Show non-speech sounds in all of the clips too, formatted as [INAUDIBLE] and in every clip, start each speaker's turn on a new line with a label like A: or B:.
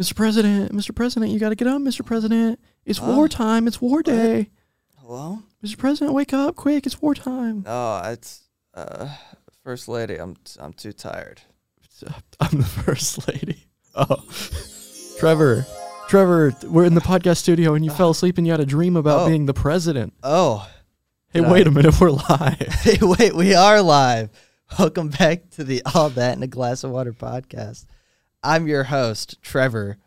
A: Mr. President, Mr. President, you got to get up, Mr. President. It's wartime. It's war day.
B: Hello?
A: Mr. President, wake up quick. It's wartime.
B: No, it's uh, First Lady. I'm I'm too tired.
A: I'm the first lady. Oh. Trevor, Trevor, we're in the podcast studio and you fell asleep and you had a dream about
B: Oh.
A: being the president.
B: Oh, [LAUGHS]
A: Hey,
B: Yeah.
A: wait a minute. We're live.
B: hey, wait, we are live. Welcome back to the All That in a Glass of Water podcast. I'm your host, Trevor.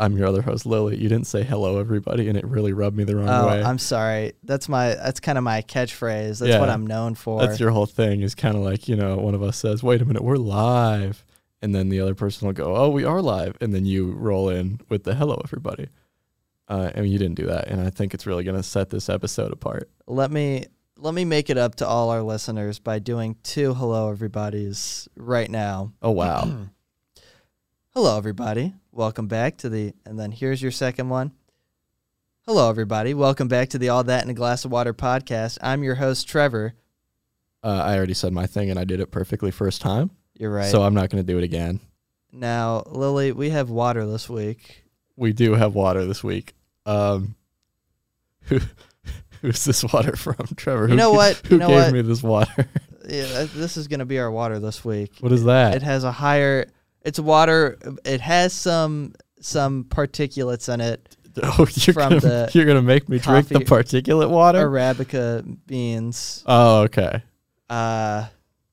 A: I'm your other host, Lily. You didn't say hello, everybody, and it really rubbed me the wrong
B: Oh,
A: way.
B: I'm sorry. That's my that's kind of my catchphrase. That's
A: Yeah.
B: what I'm known for.
A: That's your whole thing is kind of like, you know, one of us says, wait a minute, we're live. And then the other person will go, oh, we are live. And then you roll in with the hello, everybody. Uh, and you didn't do that. And I think it's really going to set this episode apart.
B: let me let me make it up to all our listeners by doing two hello everybody's right now.
A: Oh,
B: [CLEARS THROAT]
A: wow.
B: Hello, everybody. Welcome back to the. And then here's your second one. Hello, everybody. Welcome back to the All That in a Glass of Water podcast. I'm your host, Trevor.
A: uh, I already said my thing and I did it perfectly first time.
B: You're right.
A: So I'm not going to do it again.
B: now, Lily, we have water this week.
A: We do have water this week. Um, [LAUGHS] who, who's this water from, [LAUGHS] Trevor?
B: You know
A: who,
B: what?
A: Who
B: You know
A: gave
B: what?
A: me this water? [LAUGHS]
B: Yeah, th- this is going to be our water this week.
A: what is
B: It
A: that?
B: has a higher. It's water. It has some some particulates in it.
A: [LAUGHS] Oh, you're
B: from
A: gonna,
B: the
A: [LAUGHS] you're gonna make me drink the particulate water?
B: Arabica beans.
A: Oh, okay.
B: uh,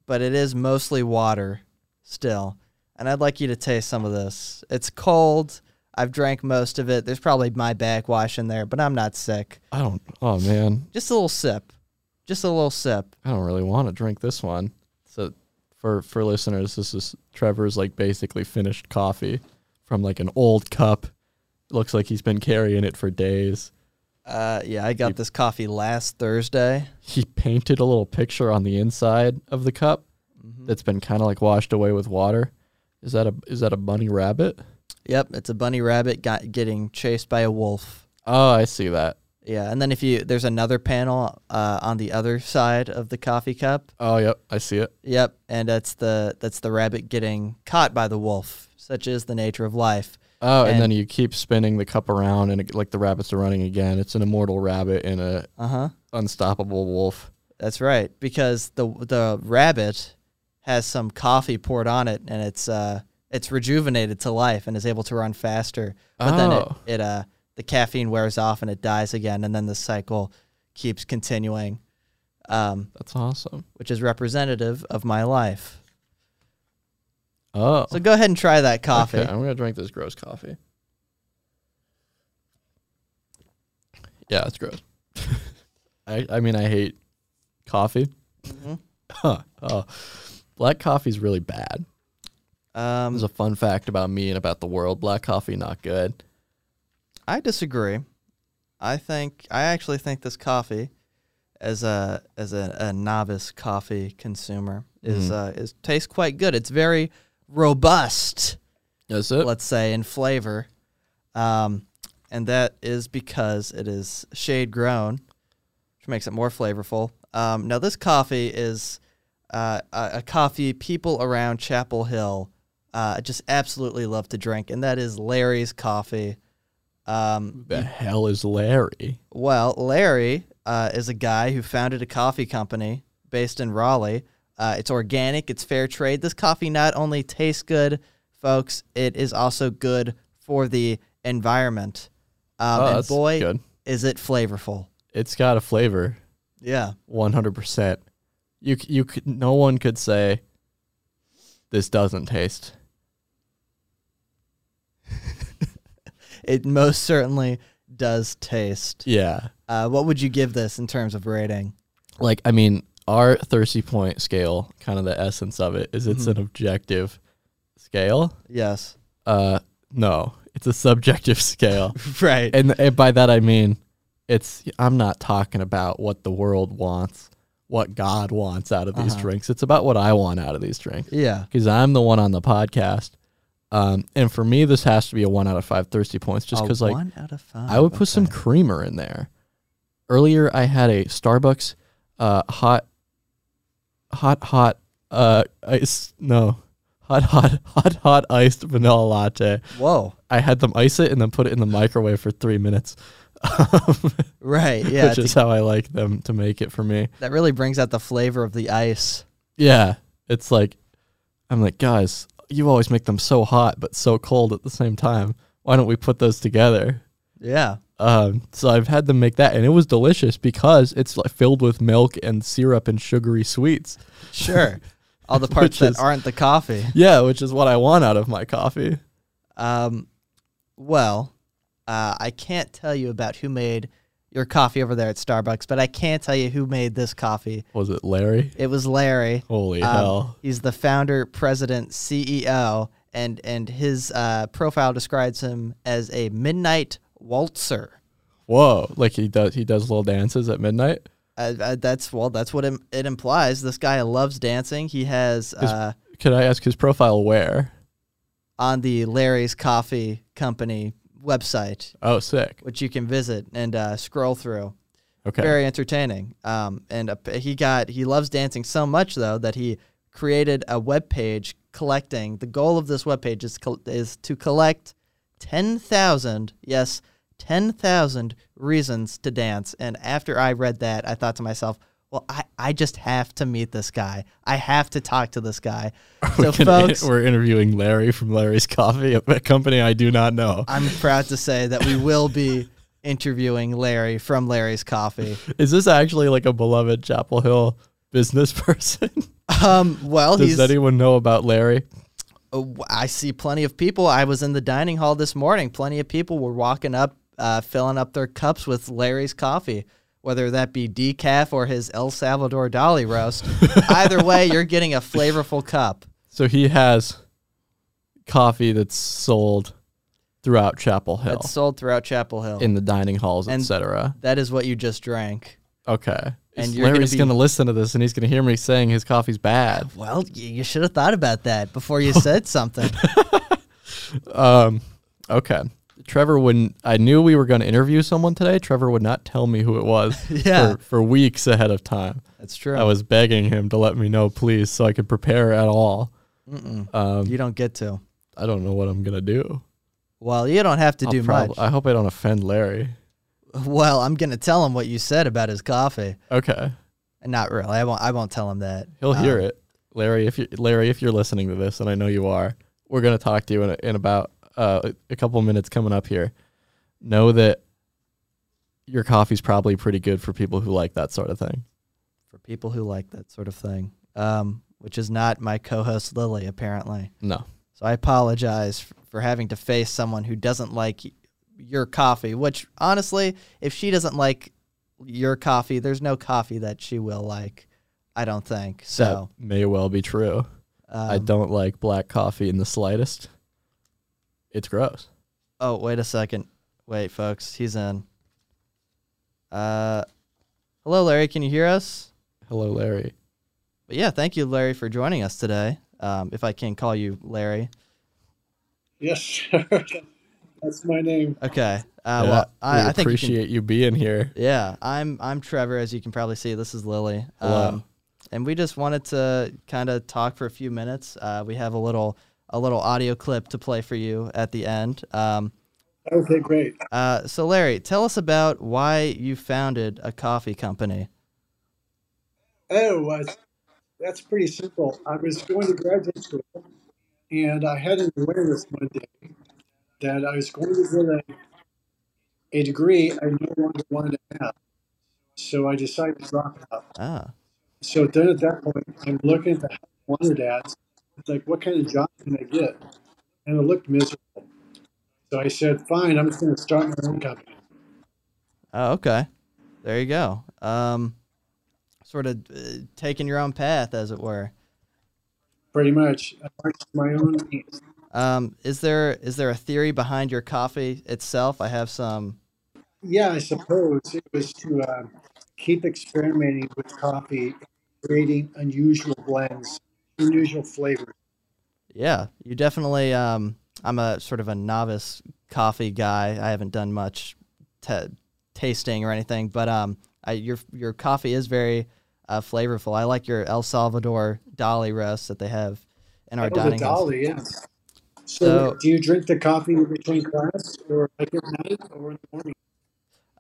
B: but it is mostly water still. And I'd like you to taste some of this. It's cold. I've drank most of it. There's probably my backwash in there, but I'm not sick.
A: I don't. Oh man,
B: Just a little sip. Just a little sip.
A: I don't really want to drink this one. So, for for listeners, this is Trevor's like basically finished coffee from like an old cup. Looks like he's been carrying it for days.
B: Uh, yeah, I got this coffee last Thursday.
A: he painted a little picture on the inside of the cup that's been kind of like washed away with water. Is that a is that a bunny rabbit?
B: Yep, it's a bunny rabbit got getting chased by a wolf.
A: Oh, I see that.
B: Yeah, and then if you there's another panel uh, on the other side of the coffee cup.
A: Oh, yep, I see it.
B: Yep, and that's the that's the rabbit getting caught by the wolf. Such is the nature of life.
A: Oh, and,
B: And-
A: then you keep spinning the cup around, and it, like the rabbits are running again. It's an immortal rabbit and a
B: Uh huh.
A: unstoppable wolf.
B: That's right, because the the rabbit has some coffee poured on it, and it's uh it's rejuvenated to life and is able to run faster. But then
A: Oh.
B: it, it uh the caffeine wears off and it dies again, and then the cycle keeps continuing, um,
A: That's awesome.
B: which is representative of my life.
A: Oh,
B: So go ahead and try that coffee.
A: Okay, I'm gonna drink this gross coffee. Yeah, it's gross. [LAUGHS] I I mean I hate coffee. [LAUGHS]
B: Mm-hmm.
A: Huh. Oh, black coffee's really bad. There's
B: Um,
A: a fun fact about me and about the world. Black coffee not good.
B: I disagree. I think I actually think this coffee, as a as a, a novice coffee consumer, is uh, is tastes quite good. It's very robust,
A: Is it?
B: let's say, in flavor, um, and that is because it is shade grown, which makes it more flavorful. Um, now, this coffee is uh, a, a coffee people around Chapel Hill uh, just absolutely love to drink, and that is Larry's Coffee. Um,
A: the hell is Larry?
B: well, Larry uh, is a guy who founded a coffee company based in Raleigh. Uh, it's organic, it's fair trade. This coffee not only tastes good, folks, it is also good for the environment. Um,
A: Oh,
B: and
A: that's
B: boy,
A: good.
B: is it flavorful.
A: It's got a flavor,
B: Yeah.
A: 100. percent You c- you could no one could say this doesn't taste.
B: It most certainly does taste.
A: Yeah.
B: Uh, what would you give this in terms of rating?
A: like I mean, our thirsty point scale, kind of the essence of it, is it's an objective scale.
B: Yes. [LAUGHS]
A: Uh, no, it's a subjective [LAUGHS] scale,
B: Right.
A: and, and by that I mean, it's I'm not talking about what the world wants, what God wants out of these drinks. It's about what I want out of these drinks
B: yeah.
A: because I'm the one on the podcast. Um, and for me, this has to be a one out of five thirsty points, just
B: A
A: because like
B: one out of five.
A: I would put some creamer in there. Earlier, I had a Starbucks uh, hot, hot, hot, uh, ice, no, hot, hot, hot, hot iced vanilla latte.
B: Whoa.
A: I had them ice it and then put it in the microwave for three minutes, [LAUGHS]
B: Right. Yeah. e
A: which
B: to-
A: is how I like them to make it for me.
B: that really brings out the flavor of the ice.
A: Yeah, it's like I'm like, guys, you always make them so hot but so cold at the same time. Why don't we put those together?
B: Yeah.
A: Um, so I've had them make that, and it was delicious because it's like filled with milk and syrup and sugary sweets.
B: Sure.
A: [LAUGHS]
B: All the
A: Which
B: parts that
A: is-
B: aren't the coffee.
A: Yeah, which is what I want out of my coffee.
B: Um, well, uh, I can't tell you about who made your coffee over there at Starbucks, but I can tell you who made this coffee.
A: Was it Larry?
B: It was Larry.
A: Holy
B: Um,
A: hell!
B: He's the founder, president, CEO, and and his uh, profile describes him as a midnight waltzer.
A: Whoa! Like he does, he does little dances at midnight.
B: Uh, uh, that's well, that's what im- it implies. This guy loves dancing. He has uh,
A: Could I ask his profile where?
B: on the Larry's Coffee Company website,
A: Oh, sick.
B: which you can visit and uh, scroll through.
A: Okay.
B: Very entertaining. Um, and uh, he got he loves dancing so much though that he created a web page collecting. The goal of this web page is col- is to collect ten thousand yes ten thousand reasons to dance. And after I read that, I thought to myself. Well, I, I just have to meet this guy. I have to talk to this guy. So,
A: we can-
B: folks,
A: [LAUGHS] we're interviewing Larry from Larry's Coffee, a company I do not know.
B: I'm proud to say that we will be interviewing Larry from Larry's Coffee.
A: Is this actually like a beloved Chapel Hill business [LAUGHS] person?
B: Um, well,
A: Does e-
B: he's.
A: anyone know about Larry?
B: uh, I see plenty of people. I was in the dining hall this morning. Plenty of people were walking up, uh, filling up their cups with Larry's coffee, whether that be decaf or his El Salvador
A: [LAUGHS]
B: Dali roast. Either way, you're getting a flavorful cup.
A: So he has coffee that's sold throughout Chapel Hill
B: That's sold throughout Chapel Hill.
A: in the dining halls,
B: And-
A: etc.
B: that is what you just drank.
A: Okay.
B: and
A: And
B: you're gonna
A: Larry's
B: be-
A: going to listen to this and he's going to hear me saying his coffee's bad.
B: Well, y- you should have thought about that
A: [LAUGHS]
B: before you said something.
A: Um, okay. Trevor wouldn't. I knew we were going to interview someone today. Trevor would not tell me who it
B: [LAUGHS]
A: was
B: Yeah.
A: for, for weeks ahead of time.
B: That's true.
A: I was begging him to let me know, please, so I could prepare at all. Um,
B: you don't get to.
A: I don't know what I'm going to do.
B: Well, you don't have to
A: I'll
B: do
A: prob-
B: much.
A: I hope I don't offend Larry.
B: well, I'm gonna tell him what you said about his coffee.
A: Okay.
B: Not really. I won't. I won't tell him that.
A: He'll
B: Um,
A: hear it, Larry. If you Larry, if you're listening to this, and I know you are, we're gonna talk to you in, a, in about uh, a couple minutes coming up here. Know that your coffee's probably pretty good for people who like that sort of thing.
B: for people who like that sort of thing, um, which is not my co-host Lily apparently.
A: No,
B: So I apologize f- for having to face someone who doesn't like y- your coffee. Which honestly, if she doesn't like your coffee, there's no coffee that she will like. I don't think so.
A: that may well be true. I
B: um,
A: don't like black coffee in the slightest. It's gross.
B: Oh, wait a second. Wait, folks, he's in. Uh, hello, Larry. Can you hear us?
A: Hello, Larry.
B: But yeah, thank you, Larry, for joining us today. Um, if I can call you Larry.
C: Yes, sir. [LAUGHS] That's my name.
B: Okay. Uh,
A: Yeah,
B: well,
A: we
B: I, I think you can-
A: appreciate you being here.
B: yeah, I'm I'm Trevor, as you can probably see. This is Lily. Um,
A: Hello.
B: and we just wanted to kind of talk for a few minutes. Uh, we have a little a little audio clip to play for you at the end. Um,
C: Okay, great.
B: uh, so, Larry, tell us about why you founded a coffee company.
C: Oh, uh, that's pretty simple. I was going to graduate school, and I had an awareness one day that I was going to get a, a degree I no longer wanted to have. So I decided to drop out.
B: Ah,
C: So then at that point, I'm looking at the wanted ads. It's like, what kind of job can I get? And it looked miserable. So I said, fine, I'm just going to start my own company.
B: Oh, okay. There you go. Um, sort of uh, taking your own path, as it were.
C: Pretty much, I marched my own needs.
B: Um, is there is there a theory behind your coffee itself? I have some.
C: Yeah, I suppose it was to uh, keep experimenting with coffee, creating unusual blends, unusual flavors.
B: Yeah, you definitely. Um, I'm a sort of a novice coffee guy. I haven't done much ta tasting or anything, but um, I, your your coffee is very uh, flavorful. I like your El Salvador Dali roast that they have in our
C: Oh, the
B: dining halls.
C: dolly, yeah. So,
B: So-
C: do you drink the coffee in between class, or like at night, or in the morning?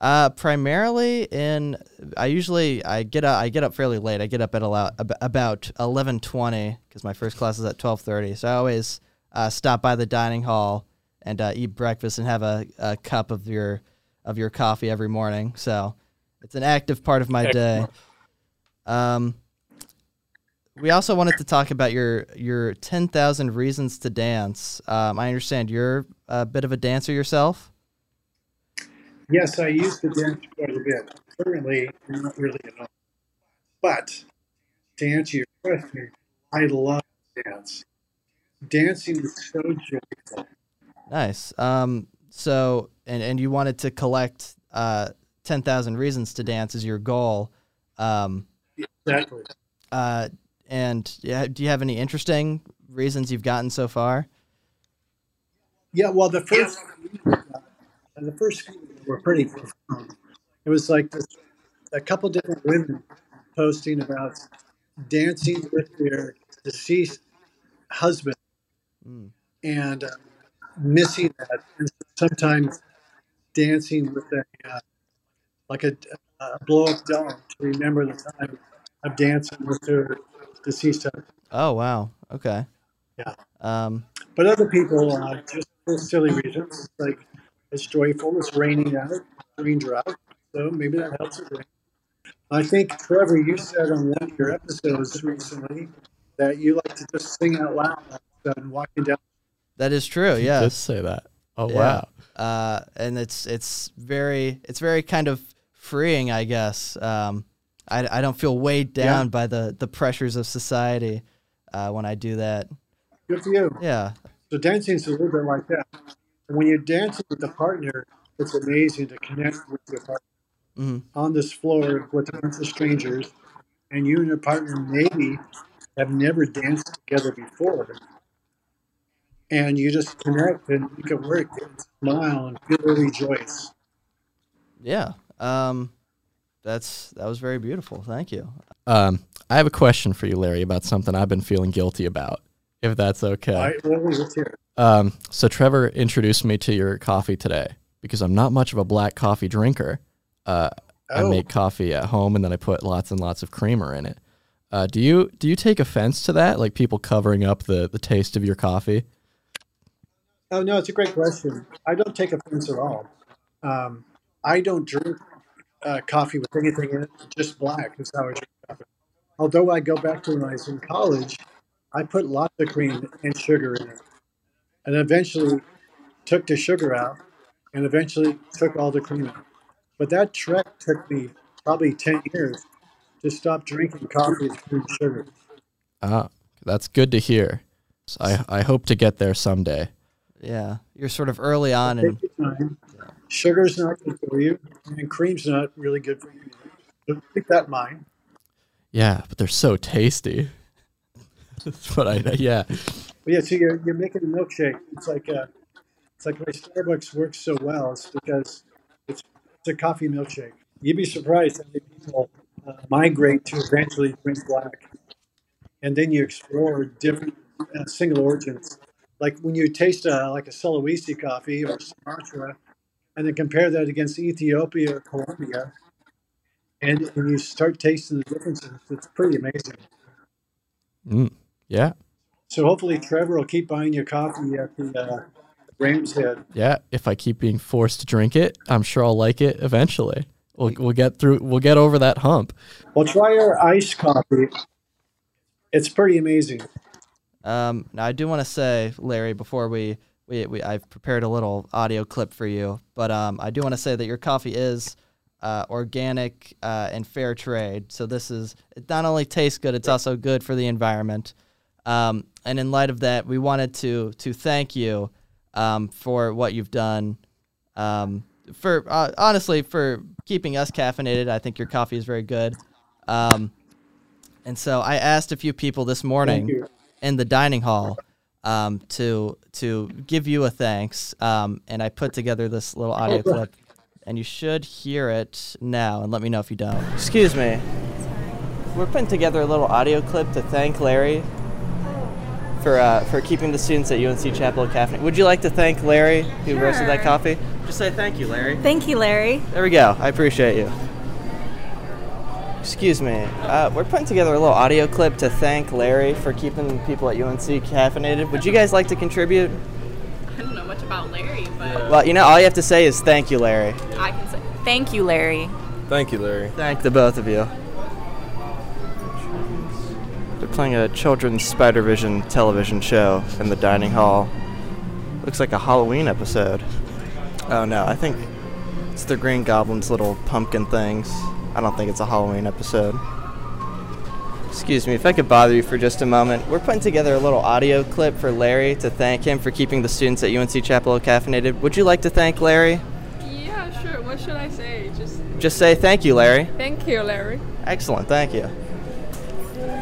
B: Uh, primarily in I usually I get up I get up fairly late. I get up at allo- ab- about eleven twenty because my first class is at twelve thirty. So I always uh, stop by the dining hall and uh, eat breakfast and have a, a cup of your of your coffee every morning. So it's an active part of my day. Um, we also wanted to talk about your your ten thousand reasons to dance. Um, I understand you're a bit of a dancer yourself.
C: Yes, I used to dance quite a bit. Currently, not really at all. But to answer your question, I love dance. Dancing is so joyful.
B: Nice. Um, so, and, and you wanted to collect uh, 10,000 reasons to dance as your goal. Um,
C: Exactly.
B: uh, and yeah, do you have any interesting reasons you've gotten so far?
C: Yeah, well, the first and the first few were pretty profound. It was like this, a couple different women posting about dancing with their deceased husband
B: Mm.
C: and uh, missing that, and sometimes dancing with a uh, like a, a blow up doll to remember the time of dancing with their deceased husband.
B: Oh, wow. Okay.
C: Yeah.
B: Um,
C: But other people, uh, just for silly reasons, it's like it's joyful, it's raining out, rain drought, so maybe that helps it rain. I think, Trevor, you said on one of your episodes recently that you like to just sing out loud and walking down.
B: that is true. Yeah.
A: Just say that. Oh
B: Yeah.
A: wow.
B: Uh, and it's, it's very, it's very kind of freeing, I guess. Um, I, I don't feel weighed
C: Yeah.
B: down by the, the pressures of society uh, when I do that.
C: Good for you.
B: Yeah.
C: So dancing's a little bit like that. And when you're dancing with a partner, it's amazing to connect with your partner
B: hmm
C: on this floor with a bunch of strangers, and you and your partner maybe have never danced together before, and you just connect and make it work and smile and feel really joyous.
B: Yeah. Um, that's that was very beautiful. Thank you.
A: Um, I have a question for you, Larry, about something I've been feeling guilty about. If that's okay.
C: All right, Lily, let's hear. it.
A: Um, so Trevor introduced me to your coffee today because I'm not much of a black coffee drinker. Uh, I
C: Oh.
A: make coffee at home and then I put lots and lots of creamer in it. Uh, do you do you take offense to that? Like people covering up the, the taste of your coffee?
C: Oh no, it's a great question. I don't take offense at all. Um, I don't drink uh, coffee with anything in it; just black is how I drink coffee. Although I go back to when I was in college, I put lots of cream and sugar in it, and eventually took the sugar out, and eventually took all the cream out. But that trek took me probably ten years to stop drinking coffee with cream and sugar.
A: Ah, that's good to hear. So I I hope to get there someday.
B: Yeah, you're sort of early on, and
C: Take your time. Sugar's not good for you, and cream's not really good for you. So keep that in mind.
A: Yeah, but they're so tasty. [LAUGHS] that's what I yeah.
C: But yeah, so you're, you're making a milkshake. It's like uh it's like why Starbucks works so well. It's because it's, it's a coffee milkshake. You'd be surprised how many people uh, migrate to eventually drink black, and then you explore different uh, single origins. Like when you taste uh, like a Sulawesi coffee or Sumatra, and then compare that against Ethiopia or Colombia, and, and you start tasting the differences. It's pretty amazing.
A: Mm, yeah.
C: So hopefully Trevor will keep buying you coffee at the uh, Rams Head.
A: Yeah, if I keep being forced to drink it, I'm sure I'll like it eventually. We'll, we'll get through. We'll get over that hump.
C: Well, try our iced coffee. It's pretty amazing.
B: um, now I do want to say, Larry, before we, we we I've prepared a little audio clip for you, but um, I do want to say that your coffee is uh, organic uh, and fair trade. So this is it not only tastes good, it's also good for the environment. Um, and in light of that, we wanted to to thank you um, for what you've done. Um, for uh, honestly, for keeping us caffeinated, I think your coffee is very good. Um, and so I asked a few people this
C: Thank
B: morning
C: you.
B: in the dining hall um, to to give you a thanks. Um, and I put together this little
C: Oh,
B: audio clip, and you should hear it now. And let me know if you don't. Excuse me. We're putting together a little audio clip to thank Larry for uh, for keeping the students at UNC Chapel caffeinated. Would you like to thank Larry who roasted that
D: Sure.
B: coffee? Just say thank you, Larry.
D: Thank you, Larry.
B: There we go. I appreciate you. Excuse me. Uh, we're putting together a little audio clip to thank Larry for keeping people at UNC caffeinated. Would you guys like to contribute?
E: I don't know much about Larry, but
B: Well, you know, all you have to say is thank you, Larry.
E: I can say
D: Thank you, Larry.
F: Thank you, Larry.
B: Thank the both of you. They're playing a children's Spider Vision television show in the dining hall. Looks like a Halloween episode. Oh no, I think it's the Green Goblin's little pumpkin things. I don't think it's a Halloween episode. Excuse me, if I could bother you for just a moment, we're putting together a little audio clip for Larry to thank him for keeping the students at UNC Chapel Hill caffeinated. Would you like to thank Larry?
E: yeah, sure. What should I say? Just
B: Just say thank you, Larry.
E: thank you, Larry.
B: Excellent, thank you.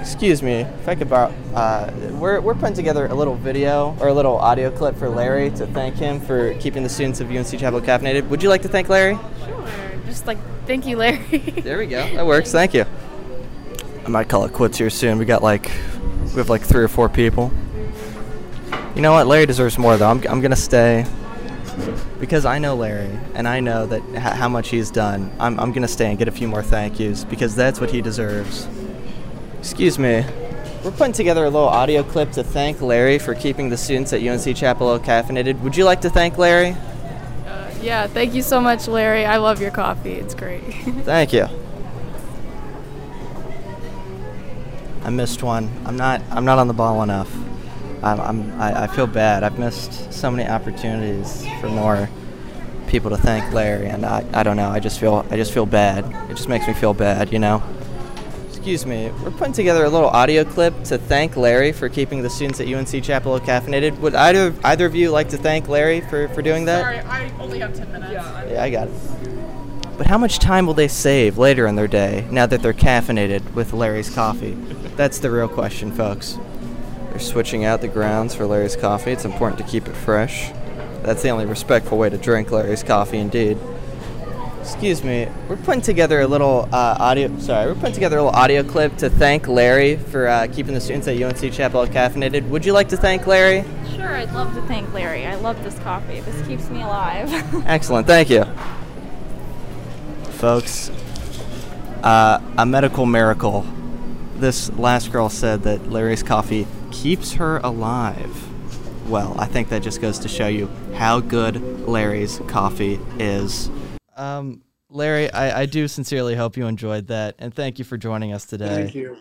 B: Excuse me, if I could borrow. Uh, we're, we're putting together a little video or a little audio clip for Larry to thank him for keeping the students of UNC Chapel caffeinated. Would you like to thank Larry?
E: Sure. Just like thank you, Larry.
B: There we go. That works. Thank you. I might call it quits here soon. We got like, we have like three or four people. You know what? Larry deserves more though. I'm, I'm gonna stay because I know Larry and I know that h- how much he's done. I'm, I'm gonna stay and get a few more thank yous because that's what he deserves. Excuse me. We're putting together a little audio clip to thank Larry for keeping the students at UNC Chapel Hill caffeinated. Would you like to thank Larry?
E: yeah, thank you so much, Larry. I love your coffee. It's great.
B: Thank you. I missed one. I'm not. I'm not on the ball enough. I'm. I'm I, I feel bad. I've missed so many opportunities for more people to thank Larry, and I. I don't know. I just feel. I just feel bad. It just makes me feel bad, you know. Excuse me. We're putting together a little audio clip to thank Larry for keeping the students at UNC Chapel Hill caffeinated. Would either either of you like to thank Larry for for doing that?
E: I only have ten minutes. Yeah,
B: Yeah, I got it. But how much time will they save later in their day now that they're caffeinated with Larry's coffee? That's the real question, folks. They're switching out the grounds for Larry's coffee. It's important to keep it fresh. That's the only respectful way to drink Larry's coffee, indeed. Excuse me. We're putting together a little uh, audio. Sorry, we're putting together a little audio clip to thank Larry for uh, keeping the students at UNC Chapel Hill caffeinated. Would you like to thank Larry?
E: [LAUGHS]
D: Sure, I'd love to thank Larry. I love this coffee. This keeps me alive.
E: [LAUGHS]
B: Excellent, thank you. Folks, uh, a medical miracle. This last girl said that Larry's coffee keeps her alive. Well, I think that just goes to show you how good Larry's coffee is. Um, Larry, I, I do sincerely hope you enjoyed that, and thank you for joining us today.
C: Thank you.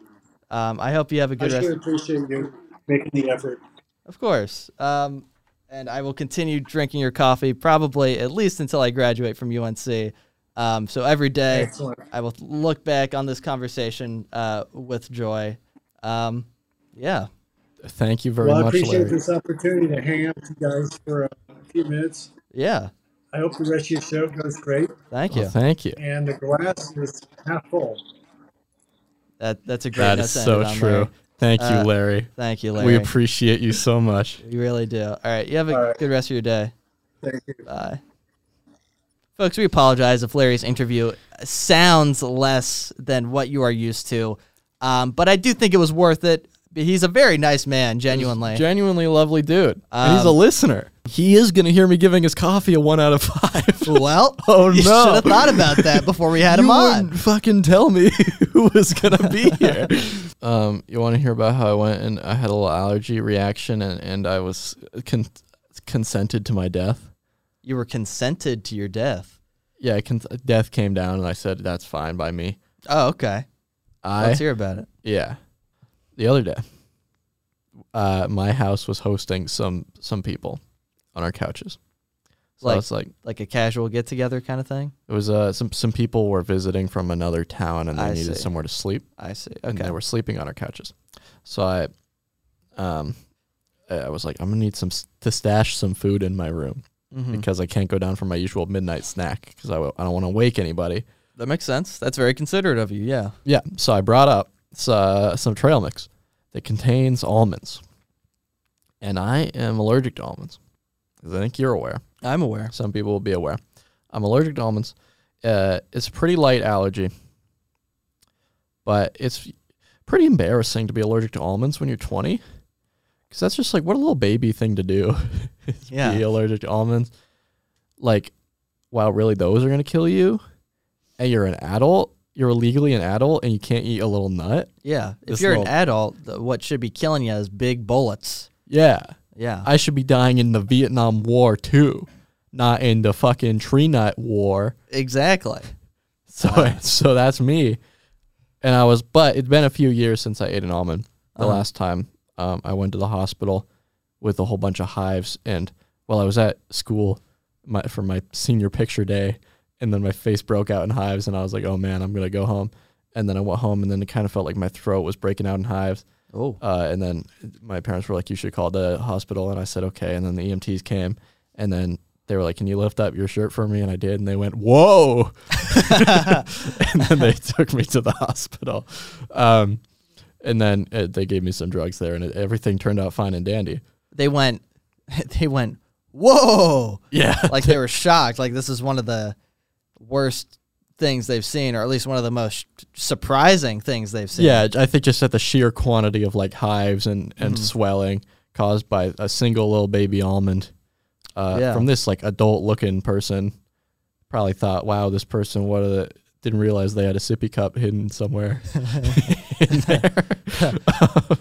B: Um, I hope you have a
C: I
B: good rest.
C: sure appreciate you making the effort.
B: Of course. Um, and I will continue drinking your coffee probably at least until I graduate from UNC. Um, so every day
C: Excellent.
B: I will look back on this conversation uh, with joy. Um, yeah.
A: Thank you very
C: Well, I
A: much,
C: appreciate
A: Larry.
C: this opportunity to hang out with you guys for a few minutes.
B: Yeah.
C: I hope the rest of your show goes great
B: Thank
A: Well,
B: you.
A: thank you.
C: and the glass is half full.
B: that, that's a great
A: That
B: note
A: is
B: to end
A: so
B: it on,
A: true.
B: Larry.
A: Thank you,
B: Uh,
A: Larry.
B: Thank you,
A: We
B: Larry.
A: appreciate you so much.
B: We really do. All right. You have a
C: All right.
B: good rest of your day.
C: Thank you.
B: Bye. Folks, we apologize if Larry's interview sounds less than what you are used to, um, but I do think it was worth it. He's a very nice man, genuinely.
A: Genuinely lovely dude. and he's a
B: Um,
A: listener. He is going to hear me giving his coffee a one out of five.
B: [LAUGHS] well,
A: Oh,
B: you
A: no.
B: should have thought about that before we [LAUGHS] had
A: you
B: him on.
A: wouldn't fucking tell me [LAUGHS] who was
B: [LAUGHS]
A: gonna be here. um, you want to hear about how I went and I had a little allergy reaction and and I was con- consented to my death.
B: You were consented to your death.
A: Yeah, I cons- death came down and I said that's fine by me.
B: Oh, okay.
A: I
B: Let's hear about it.
A: yeah, the other day, uh, my house was hosting some some people on our couches. So
B: Like-
A: I was like,
B: Like a casual get together kind of thing.
A: it was uh, some some people were visiting from another town and they
B: I
A: needed
B: see.
A: somewhere to sleep.
B: I see.
A: and
B: Okay.
A: they were sleeping on our couches. So I, um, I I was like, I'm gonna need some s- to stash some food in my room
B: Mhm.
A: because I can't go down for my usual midnight snack because I w- I don't want to wake anybody.
B: That makes sense. That's very considerate of you. Yeah.
A: Yeah, so I brought up s- uh, some trail mix that contains almonds, and I am allergic to almonds. 'Cause I think you're aware.
B: I'm aware.
A: Some people will be aware. I'm allergic to almonds. Uh, it's a pretty light allergy, but it's pretty embarrassing to be allergic to almonds when you're 20 Because that's just like what a little baby thing to do. [LAUGHS] is
B: Yeah.
A: Be allergic to almonds. Like, wow, really, those are going to kill you? And you're an adult? You're legally an adult and you can't eat a little nut?
B: Yeah. If
A: This
B: you're an
A: little-
B: adult, th- what should be killing you is big bullets.
A: Yeah.
B: Yeah.
A: I should be dying in the Vietnam War too, not in the fucking tree nut war.
B: exactly.
A: So, [LAUGHS] so that's me. And I was, but it's been a few years since I ate an almond. The
B: Uh-huh.
A: last time um, I went to the hospital with a whole bunch of hives, and while I was at school my, for my senior picture day, and then my face broke out in hives, and I was like, "Oh man, I'm gonna go home." And then I went home, and then it kind of felt like my throat was breaking out in hives.
B: Oh.
A: Uh, and then my parents were like, "You should call the hospital." And I said, "Okay." And then the EMTs came, and then they were like, "Can you lift up your shirt for me?" And I did, and they went, "Whoa!" [LAUGHS] and then they took me to the hospital. Um, and then uh they gave me some drugs there, and it, everything turned out fine and dandy.
B: They went [LAUGHS] they went, Whoa.
A: Yeah, [LAUGHS]
B: Like they were shocked. Like this is one of the worst things they've seen, or at least one of the most surprising things they've seen.
A: yeah. I think just at the sheer quantity of like hives and and swelling caused by a single little baby almond uh,
B: Yeah.
A: from this like adult looking person. Probably thought, wow, this person what a didn't realize they had a sippy cup hidden somewhere in there.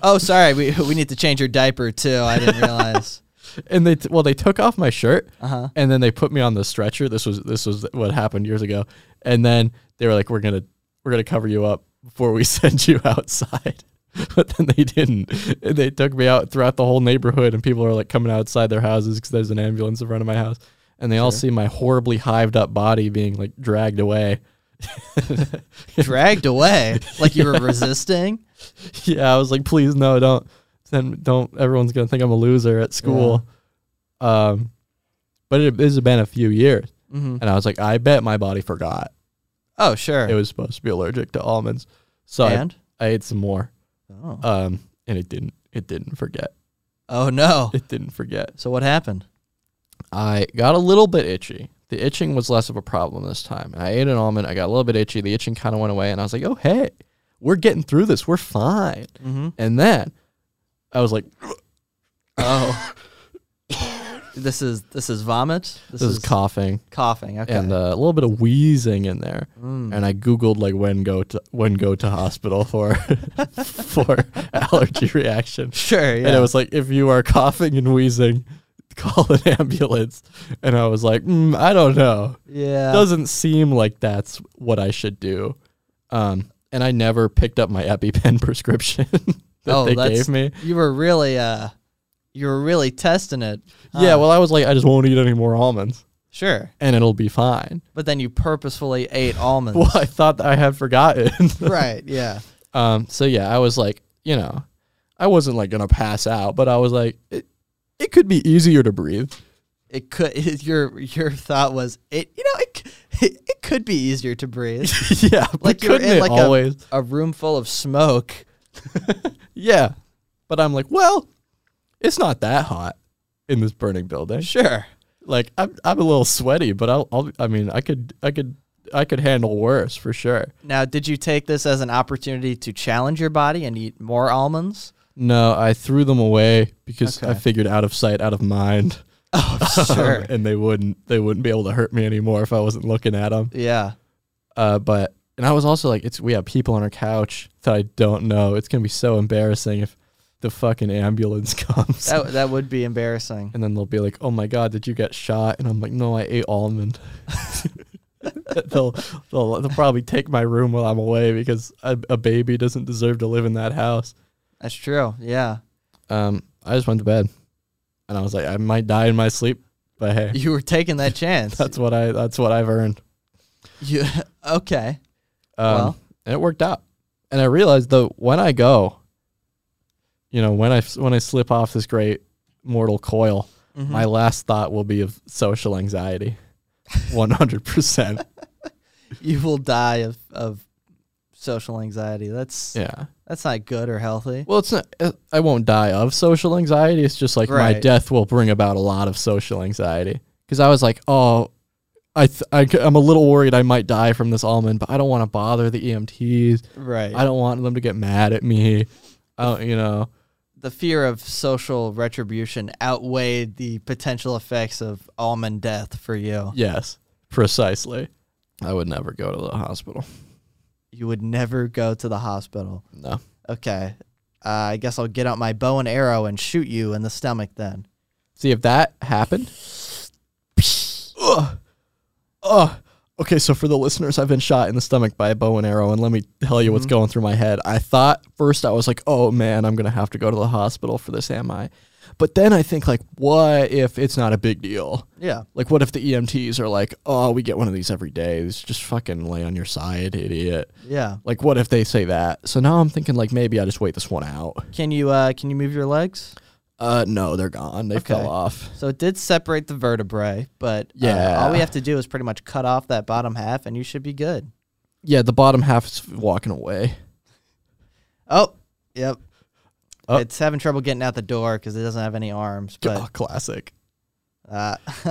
B: Oh, sorry. We [LAUGHS] we need to change your diaper too. I didn't
A: [LAUGHS]
B: realize.
A: and they t- well they took off my shirt
B: Uh-huh.
A: and then they put me on the stretcher this was this was what happened years ago and then they were like we're gonna we're gonna cover you up before we [LAUGHS] send you outside [LAUGHS] but then they didn't and they took me out throughout the whole neighborhood and people are like coming outside their houses because there's an ambulance in front of my house and they all see my horribly hived up body being like dragged away [LAUGHS]
B: Dragged away.
A: [LAUGHS]
B: Like you were resisting.
A: yeah, I was like, please no, don't then don't everyone's gonna think I'm a loser at school. Um but it this has been a few years.
B: Mhm.
A: And I was like, I bet my body forgot
B: Oh, sure.
A: it was supposed to be allergic to almonds. So I,
B: and
A: I ate some more.
B: oh.
A: Um and it didn't it didn't forget. [LAUGHS]
B: oh no.
A: It didn't forget.
B: So what happened?
A: I got a little bit itchy. The itching was less of a problem this time. And I ate an almond. I got a little bit itchy. The itching kind of went away. And I was like, oh, hey, we're getting through this. We're fine.
B: Mhm.
A: And then I was like,
B: Oh. this is this is vomit. This,
A: this is coughing
B: coughing. Okay. Mm.
A: and uh, a little bit of wheezing in there. And I googled like when go to when go to hospital for [LAUGHS] for allergy reaction.
B: [LAUGHS] sure. Yeah.
A: And it was like if you are [LAUGHS] coughing and wheezing, call an ambulance. And I was like, mm, I don't know.
B: yeah.
A: Doesn't seem like that's what I should do. Um, and I never picked up my EpiPen [LAUGHS] prescription that
B: oh,
A: they
B: that's,
A: gave me.
B: You were really uh, you were really testing it.
A: Yeah,
B: huh?
A: well, I was like, I just won't eat any more almonds,
B: sure.
A: and it'll be fine. [LAUGHS]
B: But then you purposefully ate almonds.
A: Well, I thought that I had forgotten. [LAUGHS]
B: right. Yeah.
A: Um, so yeah, I was like, you know, I wasn't like gonna pass out, but I was like, it, it could be easier to breathe. [LAUGHS]
B: It could. [LAUGHS] Your your thought was it. You know it. c- It, it could be easier to
A: [LAUGHS]
B: breathe.
A: yeah, but
B: Like you were
A: couldn't
B: in
A: it
B: like
A: always?
B: a, a room full of smoke.
A: yeah, but I'm like, well, it's not that hot in this burning building.
B: Sure.
A: Like I'm, I'm a little sweaty, but I'll, I'll, I mean, I could, I could, I could handle worse for sure.
B: Now, did you take this as an opportunity to challenge your body and eat more
A: [LAUGHS]
B: almonds?
A: No, I threw them away because I
B: Okay.
A: figured out of sight, out of mind. [LAUGHS] Um,
B: Oh, sure.
A: and they wouldn't, they wouldn't be able to hurt me anymore if I wasn't looking at them.
B: yeah.
A: Uh, but and I was also like, it's we have people on our couch that I don't know. It's gonna be so embarrassing if the fucking ambulance [LAUGHS] comes.
B: That, that would be embarrassing.
A: and then they'll be like, "Oh my god, did you get shot?" And I'm like, "No, I ate almond." [LAUGHS] they'll, they'll they'll probably take my room while I'm away because a, a baby doesn't deserve to live in that house.
B: That's true. Yeah.
A: Um, I just went to bed, and I was like, I might die in my sleep, but
B: [LAUGHS]
A: hey,
B: You were taking that chance.
A: that's what I that's what I've earned.
B: you, [LAUGHS] okay.
A: Um,
B: Well.
A: and it worked out. And I realized though, when I go, you know, when I when I slip off this great mortal coil, my last thought will be of social anxiety, one hundred percent.
B: You will die of, of social anxiety. That's
A: Yeah.
B: that's not good or healthy.
A: Well, it's not. uh, I won't die of social anxiety. It's just like my
B: Right.
A: death will bring about a lot of social anxiety. Because I was like, oh, I, th- I c- I'm a little worried I might die from this almond, but I don't want to bother the E EMTs.
B: Right.
A: I don't want them to get mad at me. I don't, you know.
B: the fear of social retribution outweighed the potential effects of almond death for you.
A: Yes, precisely. I would never go to the hospital.
B: You would never go to the hospital.
A: No.
B: Okay. Uh, I guess I'll get out my bow and arrow and shoot you in the stomach then.
A: See if that happened. Ugh. Ugh. Okay, so for the listeners, I've been shot in the stomach by a bow and arrow, and let me tell you what's going through my head. I thought first I was like, "Oh man, I'm gonna have to go to the hospital for this, am I?" But then I think like, what if it's not a big deal?
B: Yeah.
A: Like, what if the EMTs are like, "Oh, we get one of these every day. This just fucking lay on your side, idiot."
B: Yeah.
A: Like, what if they say that? So now I'm thinking like maybe I just wait this one out.
B: Can you uh can you move your legs?
A: Uh, no, they're gone. They fell
B: Okay.
A: off.
B: So it did separate the vertebrae, but uh,
A: Yeah.
B: all we have to do is pretty much cut off that bottom half and you should be good.
A: Yeah, the bottom half is walking away.
B: Oh, yep.
A: Oh.
B: It's having trouble getting out the door because it doesn't have any arms,
A: Oh,
B: but
A: classic.
B: uh, [LAUGHS]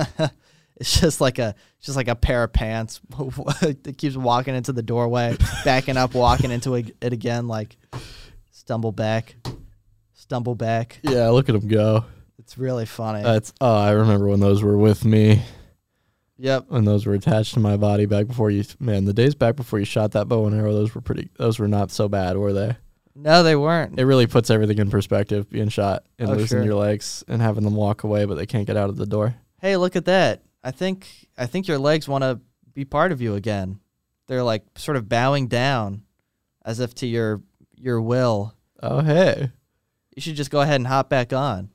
B: it's just like a it's just like a pair of pants [LAUGHS] that keeps walking into the doorway, backing up, walking into it it again, like stumble back, stumble back.
A: Yeah, look at him go.
B: It's really funny.
A: That's oh, I remember when those were with me,
B: yep.
A: when those were attached to my body back before you. Man, the days back before you shot that bow and arrow, those were pretty. Those were not so bad, were they?
B: No, they weren't.
A: It really puts everything in perspective. Being shot and
B: Oh,
A: losing
B: sure.
A: your legs and having them walk away, but they can't get out of the door.
B: hey, look at that. I think I think your legs want to be part of you again. They're like sort of bowing down as if to your your will.
A: Oh hey,
B: You should just go ahead and hop back on.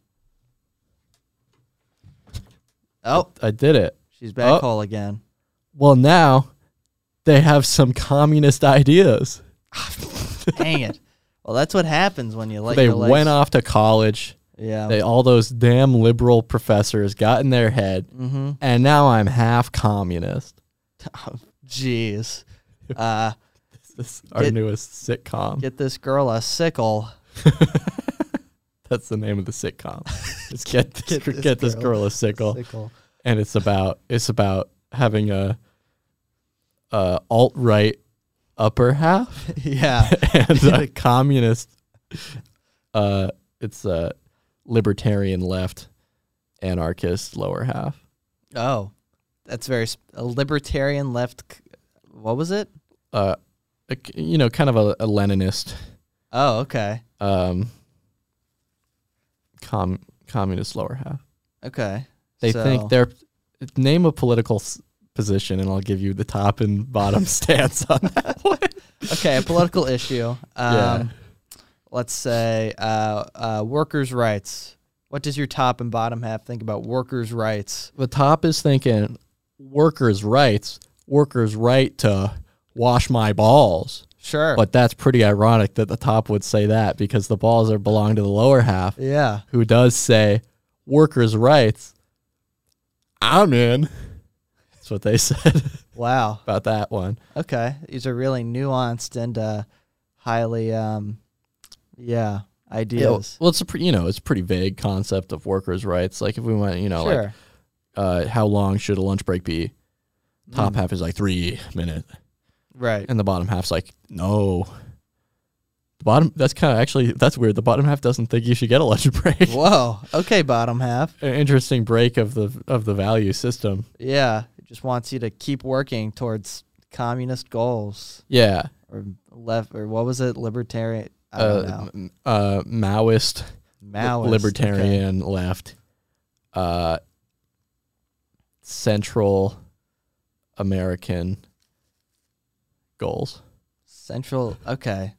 B: Oh,
A: I did it.
B: she's back
A: Oh.
B: hole again.
A: Well, now they have some communist ideas. [LAUGHS]
B: Dang it. Well, that's what happens when you let
A: they
B: your legs.
A: went off to college.
B: Yeah.
A: They all those damn liberal professors got in their head,
B: mm-hmm. [LAUGHS]
A: and now I'm half communist.
B: Jeez. Uh,
A: This is our
B: Get-
A: newest sitcom.
B: get this girl a sickle.
A: That's the name of the
B: [LAUGHS]
A: sitcom. It's get this,
B: Get
A: get,
B: This
A: this, girl, a sickle,
B: Sickle.
A: and it's about it's about having a, a alt right upper half [LAUGHS]
B: [LAUGHS] yeah.
A: and
B: [LAUGHS]
A: a communist. Uh, it's a libertarian left, anarchist lower half.
B: Oh, that's very sp- a libertarian left. c- What was it?
A: Uh, a k- you know, kind of a, a Leninist,
B: Oh, okay,
A: um, com communist lower half.
B: okay.
A: They
B: So-
A: think they're name a political s- position, and I'll give you the top and bottom [LAUGHS] stance on that [LAUGHS] one.
B: okay. A political issue. Um,
A: Yeah.
B: Let's say uh, uh, workers' rights. What does your top and bottom half think about workers' rights?
A: The top is thinking workers' rights, workers' right to wash my balls.
B: Sure.
A: But that's pretty ironic that the top would say that because the balls are belong to the lower half,
B: yeah.
A: who does say workers' rights. I'm in. That's what they [LAUGHS] said
B: Wow.
A: about that one.
B: Okay. These are really nuanced and uh, highly, um, yeah, ideas.
A: Well, it's a pretty, you know, it's a pretty vague concept of workers' rights. Like if we went, you know, like
B: sure.
A: uh, how long should a lunch break be?
B: Mm.
A: Top half is like three minute,
B: right.
A: and the bottom half's like no. The bottom that's kind of actually that's weird. The bottom half doesn't think you should get a lunch [LAUGHS] break.
B: Whoa. Okay. Bottom half.
A: An interesting break of the of the value system.
B: Yeah, it just wants you to keep working towards communist goals
A: Yeah,
B: or left or what was it, libertarian? I don't
A: uh,
B: know.
A: m- uh, Maoist, li-
B: Maoist, okay.
A: libertarian left, uh, Central American goals.
B: Central. Okay,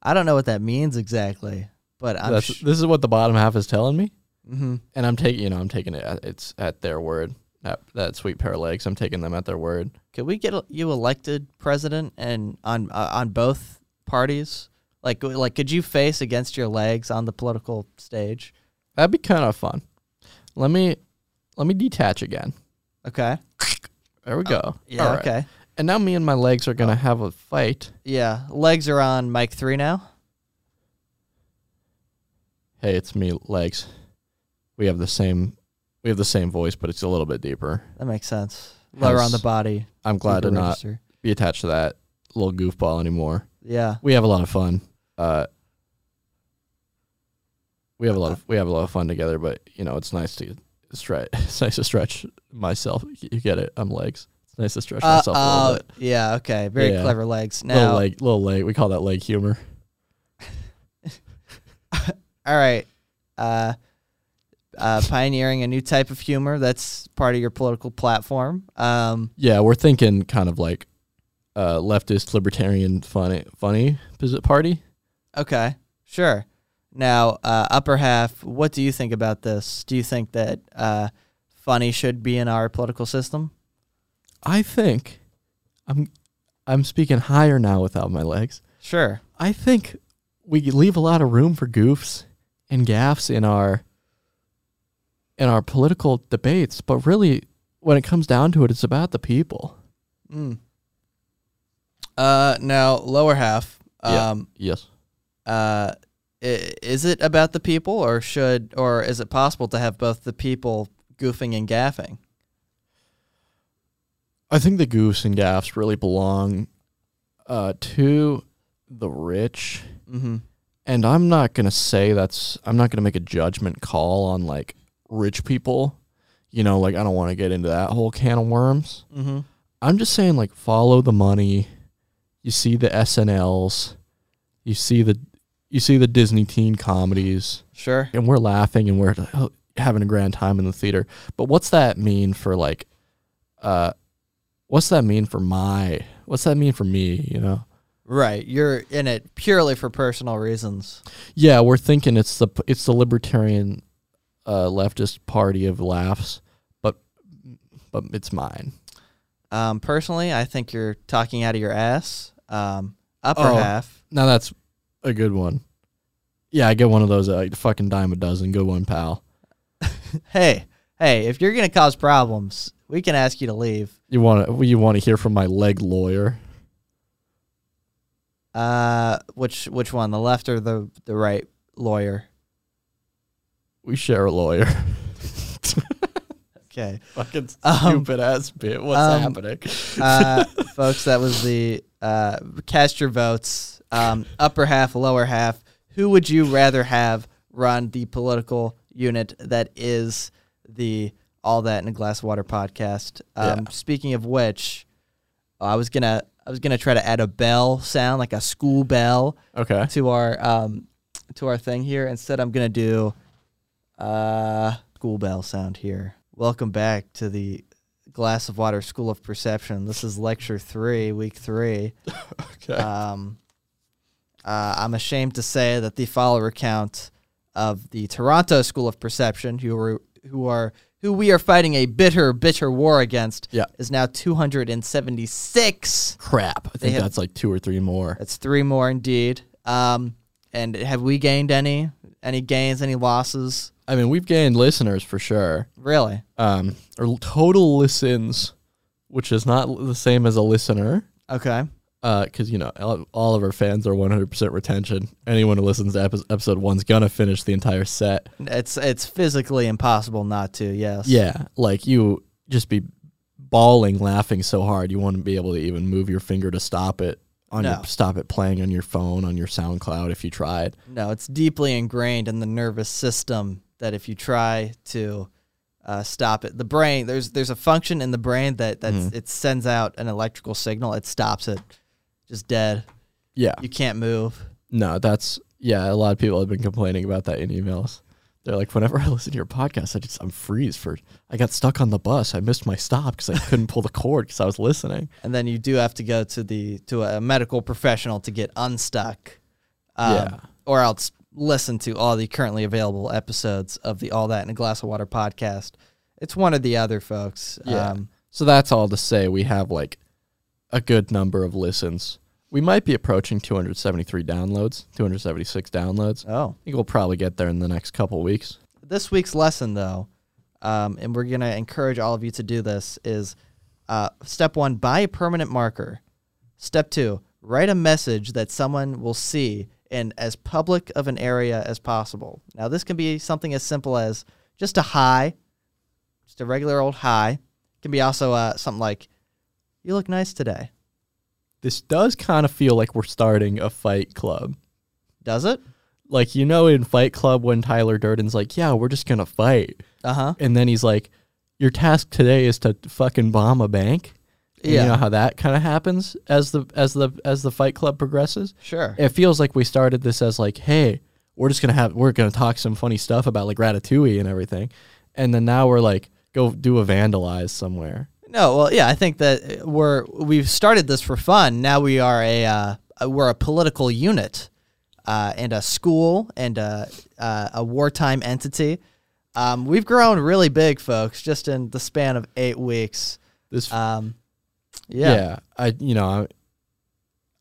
B: I don't know what that means exactly, but I'm.
A: That's,
B: sh-
A: this is what the bottom half is telling me.
B: Mhm.
A: and I'm taking you know I'm taking it at, it's at their word that that sweet pair of legs I'm taking them at their word
B: Could we get el- you elected president and on uh, on both parties? Like, w- like, could you face against your legs on the political stage?
A: that'd be kind of fun let me let me detach again
B: Okay.
A: there we go
B: Oh, Yeah.
A: All right.
B: Okay. Oh.
A: and now me and my legs are gonna have a fight
B: Yeah. Legs are on mic three now.
A: hey it's me legs we have the same we have the same voice but it's a little bit deeper
B: That makes sense. Lower on
A: How's-
B: the body.
A: I'm glad to
B: deeper
A: not
B: register.
A: be attached to that little goofball anymore
B: Yeah.
A: we have a lot of fun uh we have a lot of we have a lot of fun together, but you know, it's nice to stretch. [LAUGHS] It's nice to stretch myself. You get it? I'm legs. It's nice to stretch
B: Uh,
A: myself a
B: oh,
A: little bit.
B: yeah. Okay. Very
A: Yeah.
B: clever legs.
A: little
B: Now,
A: leg, little leg. We call that leg humor.
B: all right. Uh, uh, pioneering a new type of humor. That's part of your political platform. Um,
A: Yeah, we're thinking kind of like uh, leftist libertarian funny funny posi- party.
B: okay. Sure. Now, uh, upper half. What do you think about this? Do you think that uh, funny should be in our political system?
A: I think I'm I'm speaking higher now without my legs.
B: Sure.
A: I think we leave a lot of room for goofs and gaffes in our in our political debates, but really when it comes down to it it's about the people.
B: Mm. Uh, now, lower half.
A: Yeah.
B: Um,
A: Yes.
B: uh, i- is it about the people, or should, or is it possible to have both the people goofing and gaffing?
A: I think the goofs and gaffes really belong uh, to the rich
B: Mm-hmm.
A: and I'm not gonna say that's I'm not gonna make a judgment call on like rich people. You know, like I don't want to get into that whole can of worms.
B: Mm-hmm.
A: I'm just saying like follow the money. You see the SNLs, you see the you see the Disney teen comedies,
B: Sure.
A: and we're laughing and we're oh, having a grand time in the theater. But what's that mean for like, uh, what's that mean for my what's that mean for me? You know.
B: Right. You're in it purely for personal reasons.
A: Yeah, we're thinking it's the it's the libertarian uh, leftist party of laughs, but but it's mine.
B: Um, personally, I think you're talking out of your ass. Um, upper
A: Oh.
B: half. [LAUGHS]
A: Now that's a good one. Yeah, I get one of those uh, fucking dime a dozen. Good one, pal.
B: Hey, hey, if you're gonna cause problems, we can ask you to leave.
A: You want to you want to hear from my leg lawyer?
B: Uh, which which one, the left or the the right lawyer?
A: We share a lawyer. [LAUGHS]
B: Okay.
A: fucking
B: Um,
A: stupid ass bit. What's
B: um,
A: happening?
B: [LAUGHS] uh, folks, that was the uh, cast your votes. Um, upper half, lower half. Who would you rather have run the political unit that is the All That in a Glass of Water podcast? Um, Speaking of which, I was gonna I was gonna try to add a bell sound like a school bell
A: okay.
B: to our um, to our thing here. Instead, I'm gonna do uh, school bell sound here. Welcome back to the Glass of Water School of Perception. This is lecture three, week three.
A: [LAUGHS] Okay.
B: Um, uh, I'm ashamed to say that the follower count of the Toronto School of Perception, who are who are who we are fighting a bitter, bitter war against,
A: Yeah.
B: is now 276.
A: Crap. I think
B: have-
A: that's like two or three more.
B: That's three more indeed. Um, and have we gained any any gains, any losses?
A: I mean, we've gained listeners for sure.
B: Really?
A: um, or l- total listens, which is not l- the same as a listener,
B: Okay.
A: because you know all, all of our fans are 100% retention. Anyone who listens to epi- episode one's gonna finish the entire set.
B: It's it's physically impossible not to. Yes.
A: Yeah, like you just be bawling, laughing so hard you wouldn't be able to even move your finger to stop it on
B: No.
A: your stop it playing on your phone on your SoundCloud if you tried.
B: No, it's deeply ingrained in the nervous system that if you try to uh, stop it, the brain there's there's a function in the brain that that it sends out an electrical signal. It stops it, just dead.
A: Yeah,
B: You can't move.
A: no, that's yeah. A lot of people have been complaining about that in emails. They're like, whenever I listen to your podcast, I just I'm freeze for. I got stuck on the bus. I missed my stop because I couldn't pull the cord because I was listening.
B: and then you do have to go to the to a medical professional to get unstuck. Um,
A: Yeah.
B: Or else listen to all the currently available episodes of the All That in a Glass of Water podcast. It's one or the other, folks. Um,
A: Yeah. So that's all to say we have like a good number of listens. We might be approaching 273 downloads, 276 downloads. I
B: oh,
A: think we'll probably get there in the next couple weeks.
B: this week's lesson, though, um, and we're gonna encourage all of you to do this is uh, step one: buy a permanent marker. Step two: write a message that someone will see in as public of an area as possible. Now, this can be something as simple as just a hi, just a regular old hi. It can be also uh, something like, "You look nice today."
A: This does kind of feel like we're starting a fight club.
B: Does it?
A: like you know in Fight Club when Tyler Durden's like, "Yeah, we're just gonna fight,"
B: Uh huh.
A: and then he's like, "Your task today is to fucking bomb a bank." And
B: Yeah.
A: You know how that kind of happens as the as the as the Fight Club progresses.
B: Sure.
A: It feels like we started this as like, "Hey, we're just gonna have we're gonna talk some funny stuff about like Ratatouille and everything," and then now we're like, "Go do a vandalize somewhere."
B: No, well, yeah, I think that uh, we're we've started this for fun. Now we are a uh, we're a political unit, uh, and a school and a uh, a wartime entity. Um, we've grown really big, folks, just in the span of eight weeks.
A: This
B: Um,
A: yeah.
B: yeah,
A: I you know I,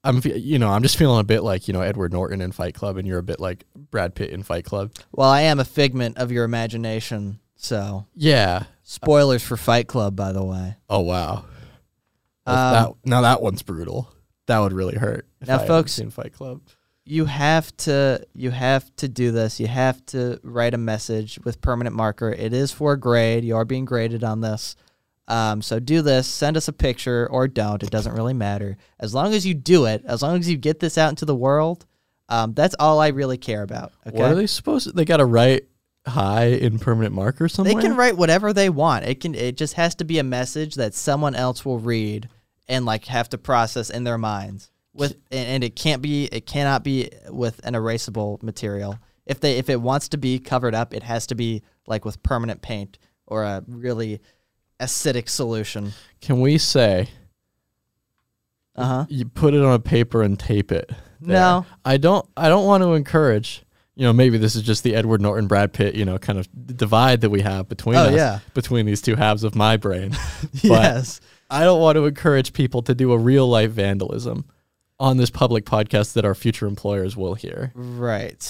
A: I'm fe- you know I'm just feeling a bit like you know Edward Norton in Fight Club, and you're a bit like Brad Pitt in Fight Club.
B: Well, I am a figment of your imagination. So,
A: Yeah.
B: spoilers for Fight Club, by the way.
A: Oh wow.
B: Um,
A: That- now that one's brutal. That would really hurt. if
B: Now,
A: I hadn't
B: folks-
A: seen Fight Club.
B: you have to you have to do this. You have to write a message with permanent marker. It is for a grade. You are being graded on this. Um, so do this. Send us a picture or don't. It doesn't really matter. As long as you do it, as long as you get this out into the world, um, that's all I really care about. Okay.
A: What are they supposed? to... They got to write high in permanent marker somewhere.
B: They can write whatever they want. It can. It just has to be a message that someone else will read and like have to process in their minds. With and, and it can't be. It cannot be with an erasable material. If they if it wants to be covered up, it has to be like with permanent paint or a really acidic solution.
A: Can we say
B: Uh huh.
A: you put it on a paper and tape it? there.
B: No.
A: I don't. I don't want to encourage. You know, maybe this is just the Edward Norton Brad Pitt, you know, kind of divide that we have between
B: Oh,
A: us,
B: yeah.
A: between these two halves of my
B: [LAUGHS]
A: brain. [LAUGHS] But
B: Yes.
A: I don't want to encourage people to do a real life vandalism on this public podcast that our future employers will hear.
B: Right.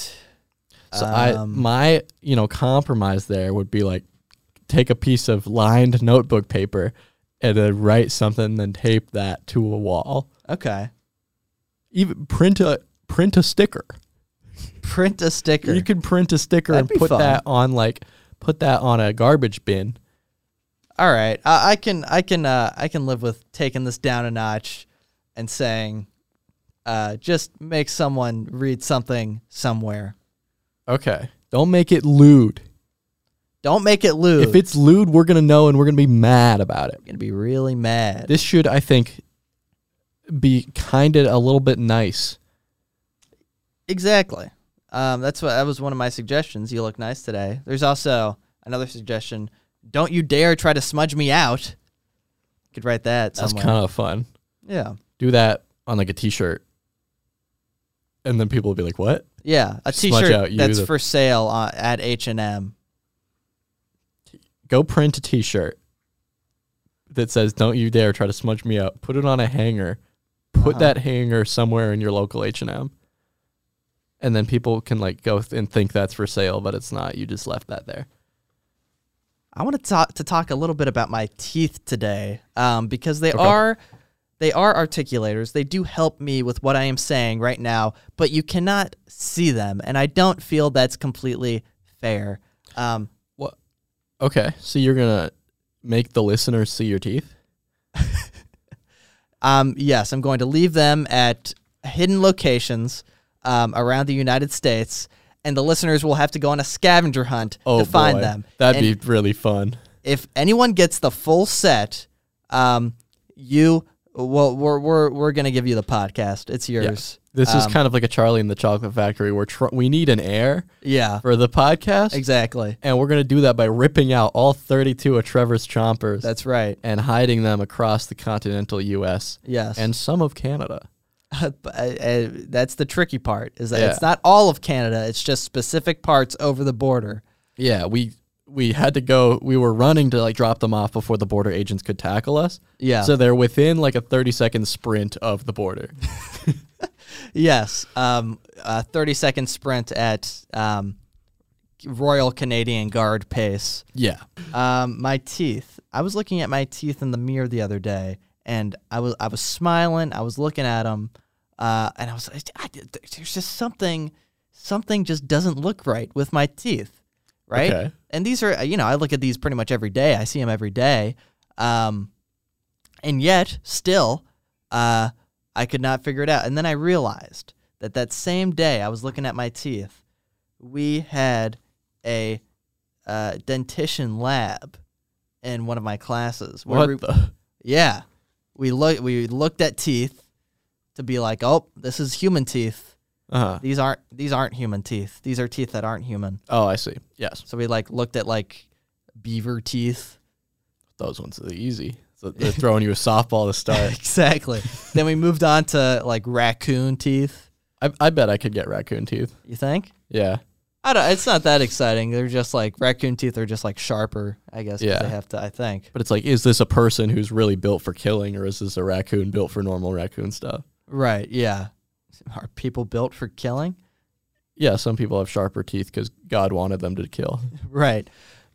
A: So I
B: Um,
A: my you know compromise there would be like take a piece of lined notebook paper and then write something, then tape that to a wall.
B: Okay.
A: Even print a print a sticker.
B: Print a sticker.
A: You can print a sticker
B: That'd be
A: and put
B: fun.
A: that on like put that on a garbage bin.
B: All right, I, I can I can uh, I can live with taking this down a notch, and saying, uh, just make someone read something somewhere.
A: Okay. Don't make it lewd.
B: Don't make it lewd.
A: If it's lewd, we're gonna know and we're gonna be mad about it.
B: I'm gonna be really mad.
A: This should, I think, be kinded a little bit nice.
B: exactly. Um, that's what that was one of my suggestions. You look nice today. There's also another suggestion. Don't you dare try to smudge me out. Could write that
A: That's
B: somewhere.
A: kind of fun.
B: yeah,
A: Do that on like a t-shirt, and then people will be like, "What?"
B: yeah. A
A: Smudge
B: T-shirt
A: out you,
B: that's
A: the-
B: for sale on, at H and M.
A: Go print a t-shirt that says "Don't you dare try to smudge me up." Put it on a hanger. Put
B: Uh-huh.
A: that hanger somewhere in your local H and M, and then people can like go th- and think that's for sale, but it's not. You just left that there.
B: I want to talk to talk a little bit about my teeth today, um, because they are they are articulators. They do help me with what I am saying right now, but you cannot see them, and I don't feel that's completely fair. Um,
A: What? Okay, so you're gonna make the listeners see your teeth.
B: um, yes, I'm going to leave them at hidden locations um, around the United States, and the listeners will have to go on a scavenger hunt to find
A: Oh, boy.
B: them.
A: That'd
B: And-
A: be really fun.
B: if anyone gets the full set, um, you well, we're we're we're gonna give you the podcast. It's yours.
A: This is
B: Um,
A: kind of like a Charlie and the Chocolate Factory. We're tr- we need an heir
B: yeah,
A: for the podcast,
B: exactly.
A: and we're gonna do that by ripping out all 32 of Trevor's chompers
B: That's right.
A: and hiding them across the continental U.S.
B: Yes,
A: and some of Canada.
B: [LAUGHS] But, uh, uh, that's the tricky part is that
A: Yeah.
B: it's not all of Canada. It's just specific parts over the border.
A: Yeah, we we had to go. We were running to like drop them off before the border agents could tackle us.
B: Yeah.
A: So they're within like a 30 second sprint of the
B: [LAUGHS]
A: border.
B: Yes, um, a thirty second sprint at um, Royal Canadian Guard pace.
A: yeah.
B: Um, my teeth. I was looking at my teeth in the mirror the other day, and I was I was smiling. I was looking at them, uh, and I was like, I, "There's just something, something just doesn't look right with my teeth, right?"
A: Okay.
B: And these are, you know, I look at these pretty much every day. I see them every day, um, and yet still, uh, I could not figure it out. And then I realized that that same day I was looking at my teeth, we had a uh, dentition lab in one of my classes. where
A: What
B: we-
A: the?
B: Yeah, we look we looked at teeth to be like, oh, this is human teeth.
A: Uh-huh.
B: These aren't these aren't human teeth. These are teeth that aren't human.
A: Oh, I see. Yes.
B: So we like looked at like beaver teeth. [LAUGHS]
A: Those ones are easy. So they're throwing you a softball to start.
B: exactly. then we moved on to like raccoon teeth.
A: I, I bet I could get raccoon teeth.
B: You think?
A: Yeah.
B: I don't. It's not that exciting. They're just like raccoon teeth are just like sharper. I guess. 'cause
A: Yeah.
B: They have to. I think.
A: But it's like, is this a person who's really built for killing or is this a raccoon built for normal raccoon stuff?
B: Right. Yeah. Are people built for killing?
A: Yeah, some people have sharper teeth because God wanted them to kill.
B: Right.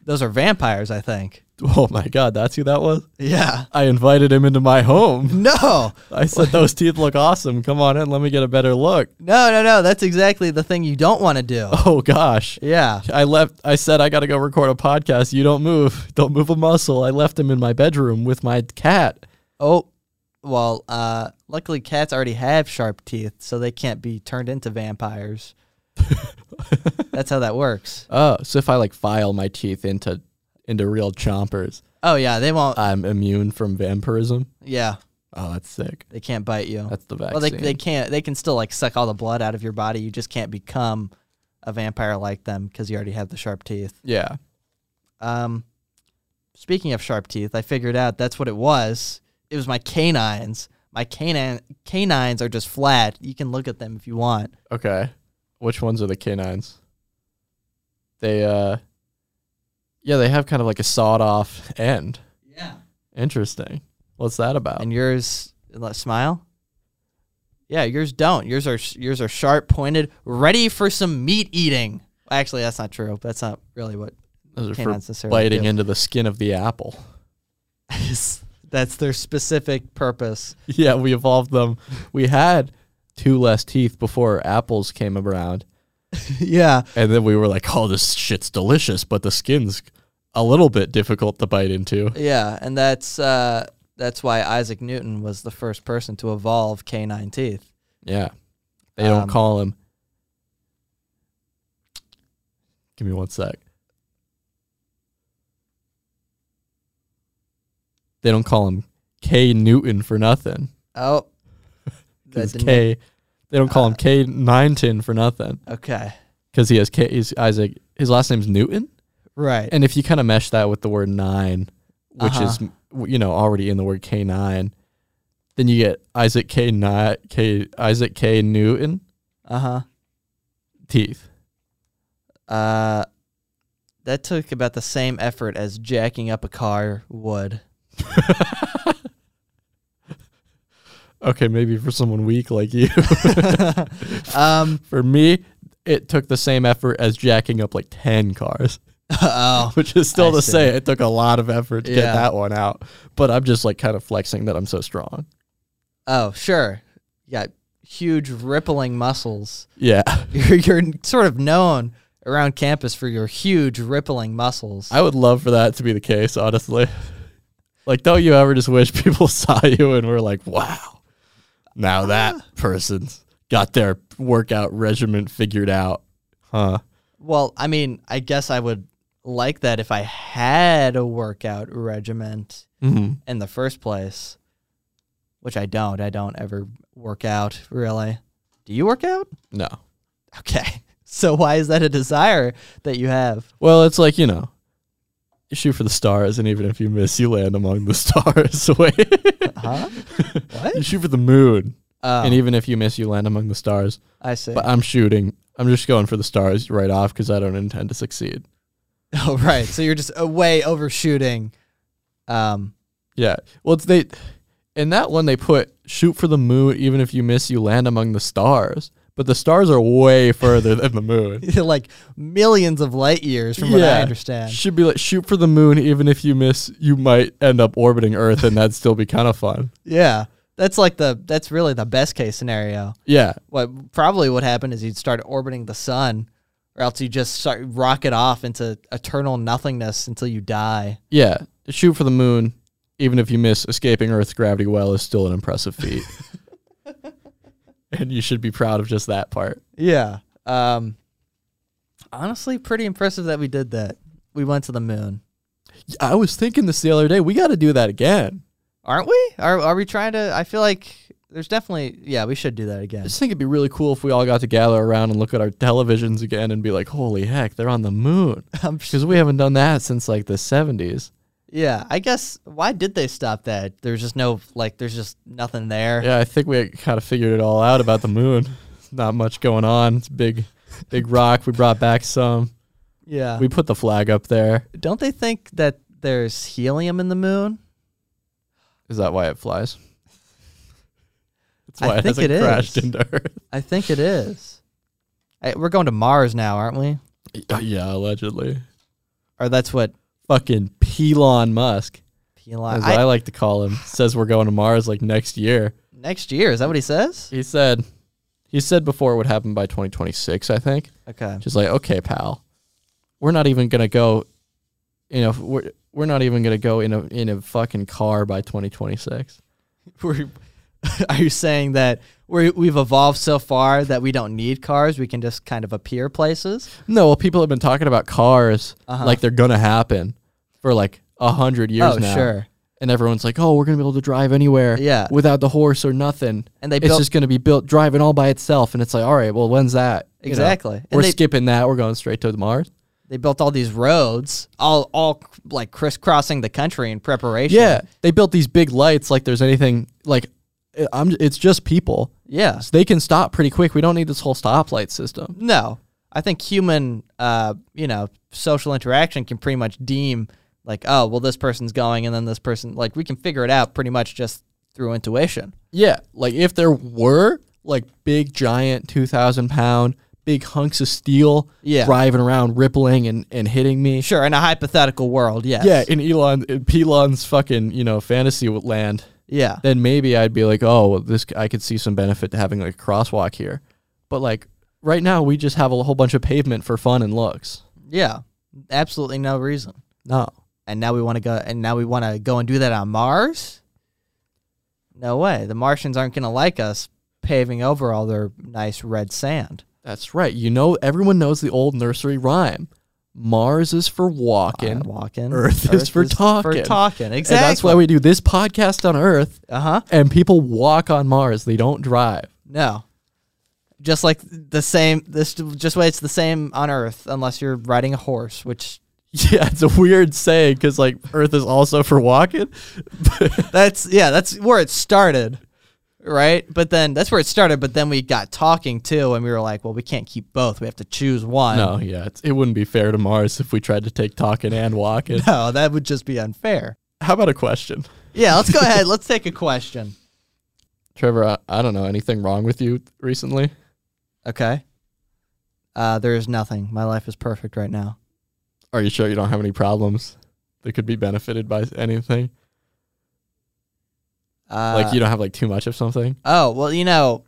B: Those are vampires. I think.
A: [LAUGHS] Oh my God, that's who that was?
B: Yeah.
A: I invited him into my home. [LAUGHS]
B: No.
A: I said, those teeth look awesome. Come on in. Let me get a better look. [LAUGHS]
B: No. No. No. That's exactly the thing you don't want to do.
A: Oh gosh.
B: Yeah.
A: I left. I said I got to go record a podcast. You don't move. Don't move a muscle. I left him in my bedroom with my cat.
B: Oh. Well. Uh. Luckily, cats already have sharp teeth, so they can't be turned
A: [LAUGHS]
B: into vampires. That's how that works.
A: Oh, so if I like file my teeth into into real chompers,
B: Oh yeah, they won't.
A: I'm immune from vampirism.
B: yeah,
A: Oh, that's sick.
B: they can't bite you.
A: That's the vaccine.
B: Well, they, they can't. They can still like suck all the blood out of your body. You just can't become a vampire like them because you already have the sharp teeth.
A: yeah.
B: Um, speaking of sharp teeth, I figured out that's what it was. It was my canines. My canine canines are just flat. You can look at them if you want.
A: Okay. Which ones are the canines? They uh. Yeah, they have kind of like a sawed off end.
B: Yeah.
A: Interesting. What's that about?
B: And yours let- smile. Yeah, yours don't. Yours are yours are sharp, pointed, ready for some meat eating. Actually, that's not true. That's not really what [LAUGHS]
A: Those are
B: canines
A: for
B: necessarily
A: biting
B: do.
A: into the skin of the apple. [LAUGHS]
B: that's their specific purpose.
A: Yeah, we evolved them. We had two less teeth before apples came around,
B: yeah.
A: and then we were like, "Oh, this shit's delicious, but the skin's a little bit difficult to bite into."
B: Yeah, and that's uh, that's why Isaac Newton was the first person to evolve canine teeth.
A: Yeah, they don't
B: Um,
A: call him. Give me one sec. They don't call him K Newton for nothing. [LAUGHS]
B: Oh, that
A: Because
B: didn't
A: K, they don't
B: Uh,
A: call him K Nineton for nothing.
B: make- okay,
A: Because he has K. He's Isaac. His last name's Newton.
B: right,
A: And if you kind of mesh that with the word nine, which is
B: Uh-huh.
A: m is you know already in the word K nine, then you get Isaac K nine K Isaac K Newton
B: uh
A: teeth.
B: huh, uh, that took about the same effort as jacking up a car would.
A: Okay, maybe for someone weak like you.
B: [LAUGHS] Um,
A: [LAUGHS] for me, it took the same effort as jacking up like ten cars,
B: [LAUGHS] oh,
A: [LAUGHS] which is still
B: I
A: to
B: see.
A: say it took a lot of effort to
B: Yeah.
A: get that one out. But I'm just like kind of flexing that I'm so strong.
B: oh, sure, you got huge rippling muscles. [LAUGHS]
A: Yeah, [LAUGHS]
B: You're you're sort of known around campus for your huge rippling muscles.
A: I would love for that to be the case, honestly. [LAUGHS] Like, don't you ever just wish [LAUGHS] people saw you and were like, wow, now
B: Ah.
A: that person's got their workout regimen figured out. Huh.
B: Well, I mean, I guess I would like that if I had a workout regiment
A: Mhm.
B: in the first place, which I don't. I don't ever work out, really. Do you work out?
A: No.
B: Okay. [LAUGHS] So why is that a desire that you have?
A: Well, it's like, you know, you shoot for the stars, and even if you miss, you land among the [LAUGHS] stars. Wait. [LAUGHS]
B: Huh?
A: you
B: What?
A: shoot for the moon,
B: Oh,
A: and even if you miss, you land among the stars.
B: I see.
A: But I'm shooting. I'm just going for the stars right off because I don't intend to succeed.
B: [LAUGHS] oh, right. So you're just uh, way overshooting. Um, [LAUGHS]
A: Yeah. Well, it's they in that one they put shoot for the moon. Even if you miss, you land among the stars. But the stars are way further than the moon.
B: like millions of light years, [LAUGHS] from what I
A: Yeah.
B: understand.
A: Should be like shoot for the moon. Even if you miss, you might end up orbiting Earth, and that'd still be kind of fun.
B: Yeah, that's like the that's really the best case scenario.
A: Yeah.
B: what probably would happen is you'd start orbiting the sun, or else you just start rocket off into eternal nothingness until you die.
A: Yeah. Shoot for the moon. Even if you miss, escaping Earth's gravity well is still an impressive [LAUGHS] feat. and you should be proud of just that part.
B: Yeah. Um, honestly pretty impressive that we did that. We went to the moon,
A: I was thinking this the other day. We got to do that again.
B: aren't we? Are are we trying to? I feel like there's definitely yeah. We should do that
A: I
B: again.
A: just think it'd be really cool if we all got to gather around and look at our televisions again and be like, holy heck, they're on the [LAUGHS] moon.
B: I'm sure.
A: Because we haven't done that since like the 70s.
B: Yeah, I guess why did they stop that? There's just no like. There's just nothing there.
A: Yeah, I think we kind of figured it all out about the moon. Not much going on. It's a big, big rock. We brought back some.
B: Yeah.
A: We put the flag up there.
B: Don't they think that there's helium in the moon?
A: Is that why it flies? That's
B: I
A: why it
B: think
A: hasn't
B: it
A: crashed
B: is.
A: into Earth.
B: I think it is. I, we're going to Mars now, aren't we?
A: yeah, allegedly.
B: Or that's what
A: Fucking Elon Musk,
B: Elon.
A: as
B: I,
A: I, like to call him, says we're going to Mars like next year.
B: next year is that what he says?
A: He said, he said before it would happen by 2026, I think.
B: Okay. [LAUGHS]
A: Just like, okay, pal, we're not even gonna go. You know, we're we're not even gonna go in a in a fucking car by 2026.
B: We're, [LAUGHS] are you saying that we we've evolved so far that we don't need cars? We can just kind of appear places.
A: No, well, people have been talking about cars
B: Uh-huh.
A: like they're gonna happen for like a hundred years
B: oh,
A: now.
B: sure.
A: And everyone's like, oh, we're gonna be able to drive anywhere.
B: Yeah.
A: Without the horse or nothing.
B: And they
A: it's
B: built-
A: just gonna be built driving all by itself. And it's like, all right, well, when's that? You know,
B: Exactly. And
A: we're
B: they-
A: skipping that. We're going straight to Mars.
B: They built all these roads, all all like crisscrossing the country in preparation.
A: Yeah, they built these big lights like there's anything like I- I'm. It's just people.
B: Yeah.
A: So they can stop pretty quick. We don't need this whole stoplight system.
B: No, I think human, uh, you know, social interaction can pretty much deem like, oh, well, this person's going, and then this person, like, we can figure it out pretty much just through intuition.
A: Yeah, like if there were like big giant two thousand pound big hunks of steel
B: Yeah.
A: driving around rippling and, and hitting me.
B: Sure, in a hypothetical world, yes.
A: Yeah, in Elon in Elon's fucking, you know, fantasy land,
B: yeah,
A: then maybe I'd be like, "Oh, well, this I could see some benefit to having like a crosswalk here." But like right now we just have a whole bunch of pavement for fun and looks.
B: yeah. Absolutely no reason.
A: No.
B: And now we want to go, and now we want to go and do that on Mars. No way, the Martians aren't going to like us paving over all their nice red sand.
A: That's right. You know everyone knows the old nursery rhyme. Mars is for walking.
B: Uh, walking.
A: Earth is for
B: For
A: talking.
B: talking, exactly.
A: And that's why we do this podcast on Earth,
B: Uh huh.
A: and people walk on Mars. They don't drive. [LAUGHS]
B: No. Just like the same, this just way it's the same on Earth, unless you're riding a horse, which
A: Yeah, it's a weird saying because like Earth is also for walking.
B: that's yeah, that's where it started, right? But then that's where it started. But then we got talking too, and we were like, well, we can't keep both. We have to choose one.
A: No, yeah, it's, it wouldn't be fair to Mars if we tried to take talking and
B: [LAUGHS]
A: walking.
B: [LAUGHS] no, that would just be unfair.
A: How about a question, [LAUGHS]
B: Yeah, let's go ahead. Let's take a question.
A: Trevor? I, I don't know anything wrong with you recently.
B: Okay. Uh, there is nothing. My life is perfect right now.
A: Are you sure you don't have any problems that could be benefited by anything?
B: Uh,
A: like you don't have like too much of something?
B: Oh well, you know,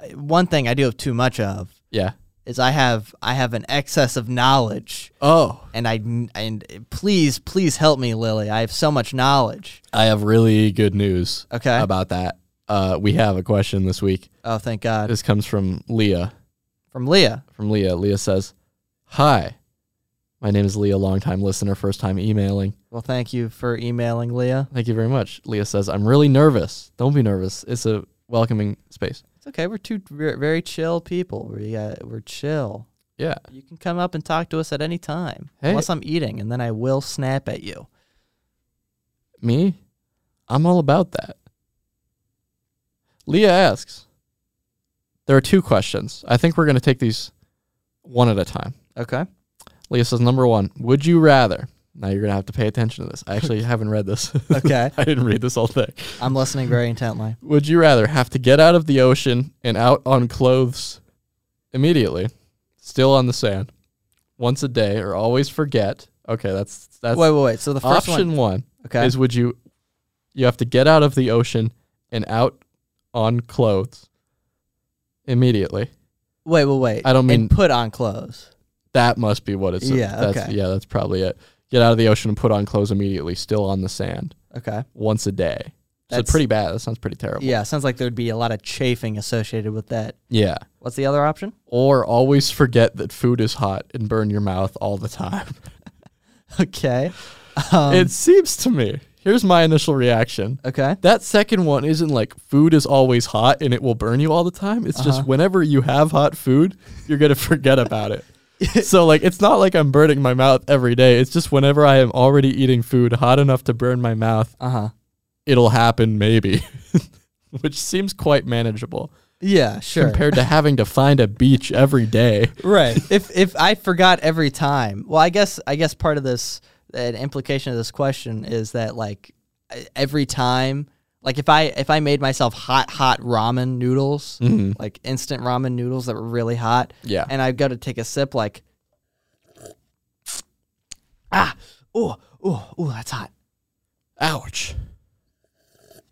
B: I- one thing I do have too much of
A: Yeah.
B: is I have I have an excess of knowledge.
A: Oh,
B: and I and please, please help me, Lily. I have so much knowledge.
A: I have really good news
B: Okay.
A: about that. Uh, we have a question this week.
B: oh, thank God.
A: This comes from Leah.
B: From Leah.
A: from Leah. Leah says, Hi, my name is Leah, longtime listener, first time emailing.
B: Well, thank you for emailing Leah.
A: Thank you very much. Leah says, I'm really nervous. Don't be nervous. It's a welcoming space.
B: It's okay. We're two ver- very chill people. We uh, we're chill.
A: Yeah.
B: You can come up and talk to us at any time,
A: Hey.
B: unless I'm eating, and then I will snap at you.
A: Me? I'm all about that. Leah asks, There are two questions. I think we're going to take these one at a time.
B: Okay.
A: Leah says, Number one, would you rather? Now you're going to have to pay attention to this. I actually [LAUGHS] haven't read this.
B: Okay.
A: [LAUGHS] I didn't read this whole thing.
B: I'm listening very intently.
A: Would you rather have to get out of the ocean and out on clothes immediately, still on the sand, once a day, or always forget? Okay, that's that's
B: wait, wait, wait. So the first
A: option
B: one.
A: one.
B: Okay.
A: is would you you have to get out of the ocean and out on clothes immediately?
B: wait, wait, wait.
A: I don't mean-
B: and put on clothes.
A: That must be what it's.
B: Yeah,
A: that's,
B: okay.
A: Yeah, that's probably it. Get out of the ocean and put on clothes immediately, still on the sand,
B: Okay.
A: once a day. So
B: That's-
A: pretty bad. That sounds pretty terrible.
B: Yeah, sounds like there'd be a lot of chafing associated with that.
A: Yeah.
B: What's the other option? [LAUGHS]
A: Or always forget that food is hot and burn your mouth all the time. [LAUGHS]
B: Okay. Um,
A: it seems to me. Here's my initial reaction.
B: okay.
A: That second one isn't like food is always hot and it will burn you all the time. It's
B: Uh-huh.
A: just whenever you have hot food, you're going to [LAUGHS] forget about
B: [LAUGHS]
A: it. so, like, it's not like I'm burning my mouth every day. It's just whenever I am already eating food hot enough to burn my mouth,
B: Uh huh.
A: it'll happen maybe, [LAUGHS] which seems quite manageable
B: Yeah, sure.
A: compared to having to find a beach every day.
B: [LAUGHS] right. if if I forgot every time, well, I guess I guess part of this an implication of this question is that like e- every time, like if I if I made myself hot hot ramen noodles, like instant ramen noodles that were really hot,
A: Mm-hmm. Yeah.
B: and I've got to take a sip, like ah, oh oh oh, that's hot.
A: Ouch.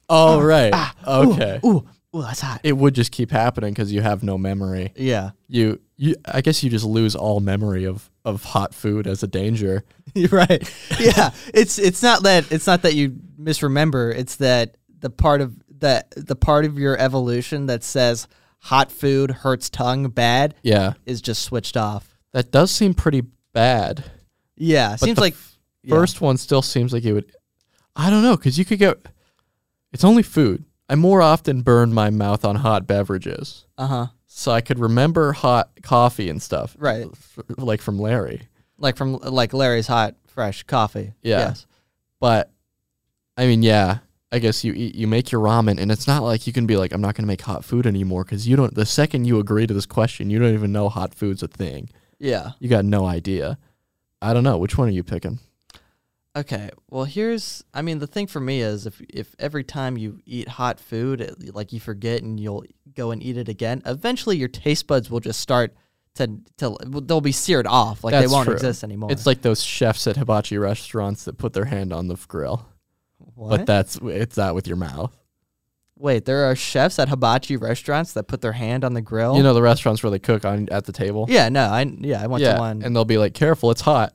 A: All right. okay.
B: Ah, Ooh, ooh, that's hot.
A: It would just keep happening because you have no memory.
B: yeah, [LAUGHS]
A: You, you, I guess you just lose all memory of of hot food as a danger.
B: You're right. Yeah, it's it's not that it's not that you misremember. It's that the part of that the part of your evolution that says hot food hurts tongue bad
A: Yeah,
B: is just switched off.
A: that does seem pretty bad.
B: Yeah, seems
A: the
B: like yeah.
A: First one still seems like it would. I don't know because you could get. It's only food. I more often burn my mouth on hot beverages,
B: Uh huh.
A: so I could remember hot coffee and stuff.
B: Right.
A: f- like from Larry.
B: Like from like Larry's hot fresh coffee.
A: Yeah. But I mean, yeah, I guess you eat, you make your ramen, and it's not like you can be like, I'm not gonna make hot food anymore because you don't. The second you agree to this question, you don't even know hot food's a thing.
B: Yeah.
A: You got no idea. I don't know. Which one are you picking?
B: Okay. Well, here's I mean the thing for me is if if every time you eat hot food it, like you forget and you'll go and eat it again, eventually your taste buds will just start to to they'll be seared off like they
A: That's
B: won't
A: true.
B: exist anymore.
A: It's like those chefs at hibachi restaurants that put their hand on the f- grill,
B: what?
A: but that's it's that with your mouth.
B: Wait, there are chefs at hibachi restaurants that put their hand on the grill.
A: You know the restaurants where they cook on at the table.
B: Oh. Yeah. No. I yeah. I went to one.
A: and they'll be like, "Careful, it's hot."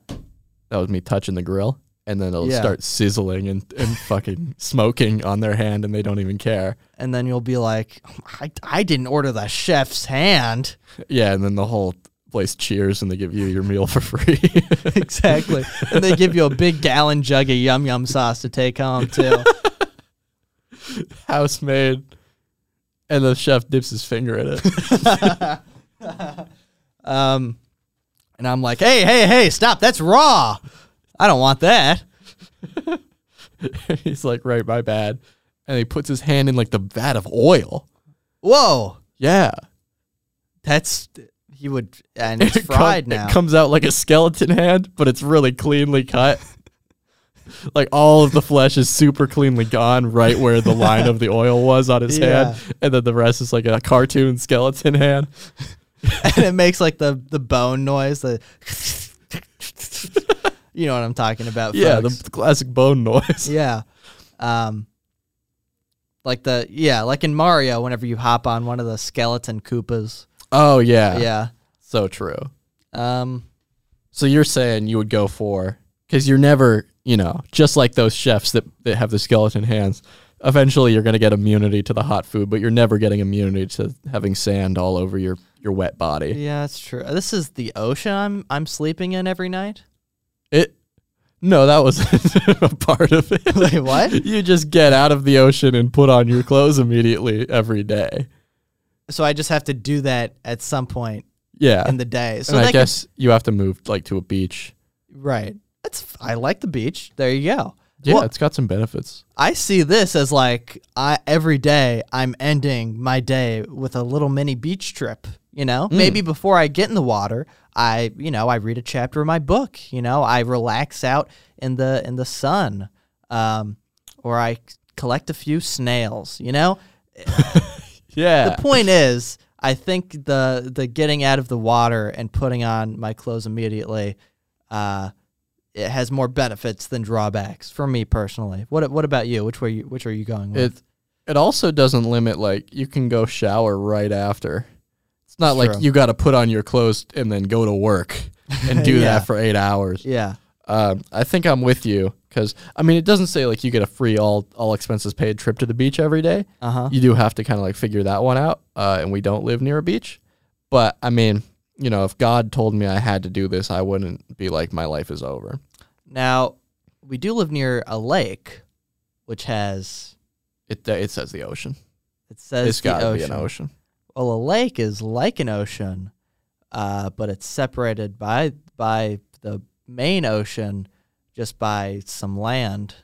A: That was me touching the grill, and then it'll
B: Yeah.
A: start sizzling and, and fucking smoking on their hand, and they don't even care.
B: and then you'll be like, I, I didn't order the chef's hand. [LAUGHS]
A: Yeah, and then the whole place cheers, and they give you your meal for free. [LAUGHS]
B: exactly. And they give you a big gallon jug of yum yum sauce to take home too.
A: House made, and the chef dips his finger in it. [LAUGHS]
B: Um, and I'm like, hey, hey, hey, stop. That's raw. I don't want that.
A: He's like, "Right, my bad," and he puts his hand in like the vat of oil.
B: Whoa.
A: [LAUGHS] Yeah,
B: That's, he would,
A: [LAUGHS]
B: and it's
A: It com-
B: fried now.
A: It comes out like a skeleton hand, but it's really cleanly
B: [LAUGHS]
A: cut. like all of the flesh is super cleanly gone right where the line
B: [LAUGHS]
A: of the oil was on his
B: Yeah.
A: hand, and then the rest is like a cartoon skeleton hand.
B: [LAUGHS] and it makes like the, the bone noise. The, you know what I'm talking about.
A: Yeah,
B: folks.
A: the classic bone noise.
B: yeah. Um, like the, yeah, like in Mario, whenever you hop on one of the skeleton Koopas.
A: [LAUGHS] Oh yeah.
B: Yeah.
A: so true.
B: Um,
A: So you're saying you would go for because you're never, you know, just like those chefs that that have the skeleton hands. Eventually, you're going to get immunity to the hot food, but you're never getting immunity to having sand all over your your wet body.
B: yeah, that's true. This is the ocean I'm, I'm sleeping in
A: [LAUGHS]
B: every night.
A: It. No, that was [LAUGHS] a part of it.
B: Wait, what?
A: You just get out of the ocean and put on your clothes immediately every day.
B: So I just have to do that at some point
A: Yeah.
B: in the day. So
A: and I
B: that could-
A: guess you have to move like to a beach.
B: right. That's f- I like the beach. There you go.
A: Yeah,
B: Well,
A: it's got some benefits.
B: I see this as like I every day I'm ending my day with a little mini beach trip. You know,
A: Mm.
B: maybe before I get in the water, I you know I read a chapter of my book. You know, I relax out in the in the sun, um, or I c- collect a few snails. You know,
A: Yeah.
B: the point is, I think the the getting out of the water and putting on my clothes immediately, uh, it has more benefits than drawbacks for me personally. What what about you? Which way you, which are you going with?
A: It it also doesn't limit like you can go shower right after. It's not like
B: True.
A: you got to put on your clothes and then go to work and do
B: [LAUGHS] Yeah.
A: that for 8 hours.
B: yeah,
A: Um, I think I'm with you. Because I mean, it doesn't say like you get a free all all expenses paid trip to the beach every day.
B: Uh huh.
A: You do have to kind of like figure that one out. Uh, and we don't live near a beach, but I mean, you know, if God told me I had to do this, I wouldn't be like my life is over.
B: Now, we do live near a lake, which has
A: It it says the ocean.
B: it says
A: it's
B: the
A: got to
B: ocean.
A: be an ocean.
B: Well, a lake is like an ocean, uh, but it's separated by by the main ocean just by some land.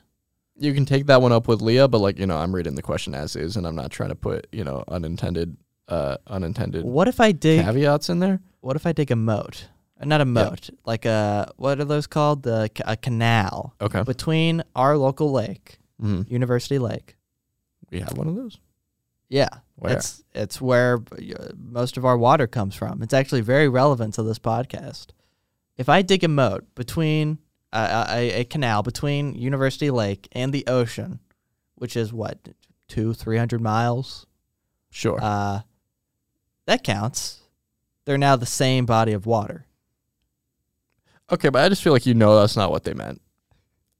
A: You can take that one up with Leah, but like you know, I'm reading the question as is, and I'm not trying to put you know unintended uh unintended
B: What if I dig?
A: caveats in there.
B: What if I dig a moat? Uh, Not a moat, like a what are those called? The ca- a canal
A: Okay,
B: between our local lake,
A: hmm
B: University Lake.
A: we have one of those.
B: Yeah,
A: Where?
B: it's it's where uh, most of our water comes from. It's actually very relevant to this podcast. If I dig a moat between uh, a, a canal between University Lake and the ocean, which is what two three hundred miles,
A: Sure.
B: uh, that counts. They're now the same body of water.
A: Okay, but I just feel like you know that's not what they meant.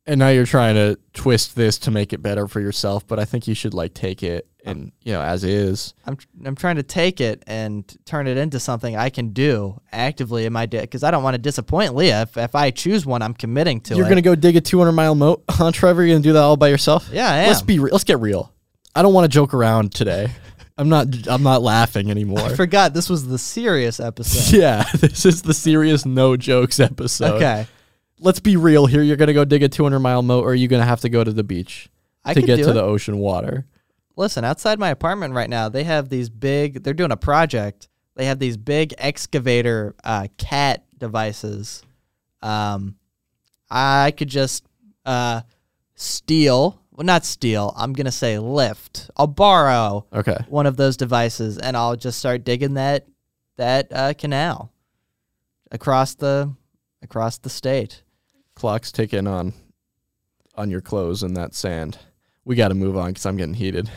A: And now you're trying to twist this to make it better for yourself, but I think you should like take it
B: Uh,
A: and you know as is.
B: I'm tr- I'm trying to take it and turn it into something I can do actively in my day because I don't want to disappoint Leah. If, if I choose one, I'm committing to
A: you're
B: it.
A: gonna go dig a 200 mile [LAUGHS] moat, huh, Trevor? You're gonna do that all by yourself?
B: Yeah, I
A: Let's
B: am.
A: be re- let's get real. I don't want to joke around
B: [LAUGHS]
A: today. I'm not I'm not laughing anymore.
B: I forgot this was the serious episode.
A: [LAUGHS] yeah, this is the serious no jokes episode.
B: okay,
A: Let's be real here. You're gonna go dig a 200 mile moat, or are you gonna have to go to the beach
B: I
A: to
B: could
A: get
B: do
A: to
B: it.
A: the ocean water?
B: Listen, outside my apartment right now, they have these big. They're doing a project. They have these big excavator uh, cat devices. Um, I could just uh, steal. Well, not steal. I'm gonna say lift. I'll borrow
A: Okay.
B: one of those devices, and I'll just start digging that that uh, canal across the across the state. [LAUGHS]
A: clock's ticking on on your clothes and that sand. We got to move on because I'm getting heated.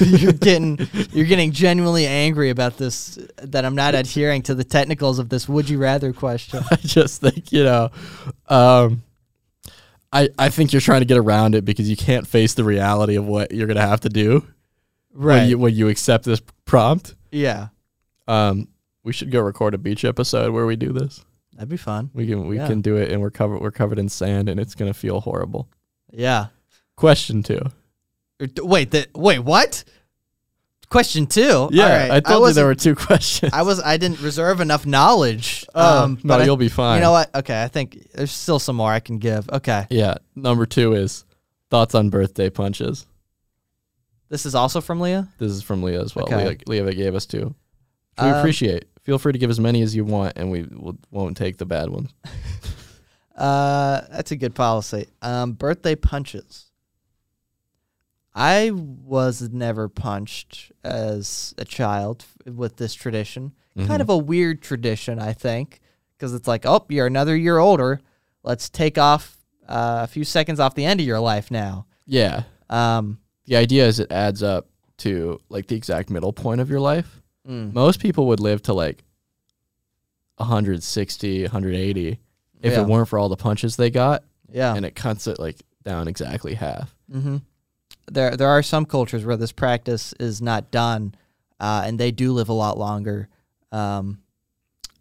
B: you're getting you're getting genuinely angry about this that I'm not adhering to the technicals of this would you
A: [LAUGHS]
B: rather question.
A: [LAUGHS] I just think you know, um, I I think you're trying to get around it because you can't face the reality of what you're gonna have to do when you when you accept this prompt.
B: yeah.
A: Um, we should go record a beach episode where we do this.
B: That'd be fun.
A: We can we
B: Yeah.
A: can do it and we're covered we're covered in sand and it's gonna feel horrible.
B: Yeah.
A: Question two.
B: Or d- Wait, the, wait, what? Question 2. All
A: Yeah,
B: right.
A: I told you
B: wasn't-
A: there were two [LAUGHS] questions.
B: I was I didn't reserve enough knowledge.
A: Oh,
B: um
A: no,
B: but I-
A: you'll be fine.
B: You know what? Okay, I think there's still some more I can give. Okay.
A: Yeah. Number two is thoughts on birthday punches.
B: This is also from Leah.
A: This is from Leah as well.
B: Okay.
A: Leah, Leah that gave us two. We
B: Um,
A: appreciate. Feel free to give as many as you want, and we will, won't take the bad ones.
B: Uh, that's a good policy. Um, birthday punches. I was never punched as a child f- with this tradition. Kind of a weird tradition, I think, because it's like, oh, you're another year older. Let's take off uh, a few seconds off the end of your life now.
A: Yeah.
B: Um,
A: The idea is it adds up to like the exact middle point of your life.
B: mm,
A: Most people would live to like 160, 180 if
B: Yeah.
A: it weren't for all the punches they got,
B: yeah.
A: and it cuts it like down exactly half.
B: Mm-hmm. There, there are some cultures where this practice is not done, uh, and they do live a lot longer, um,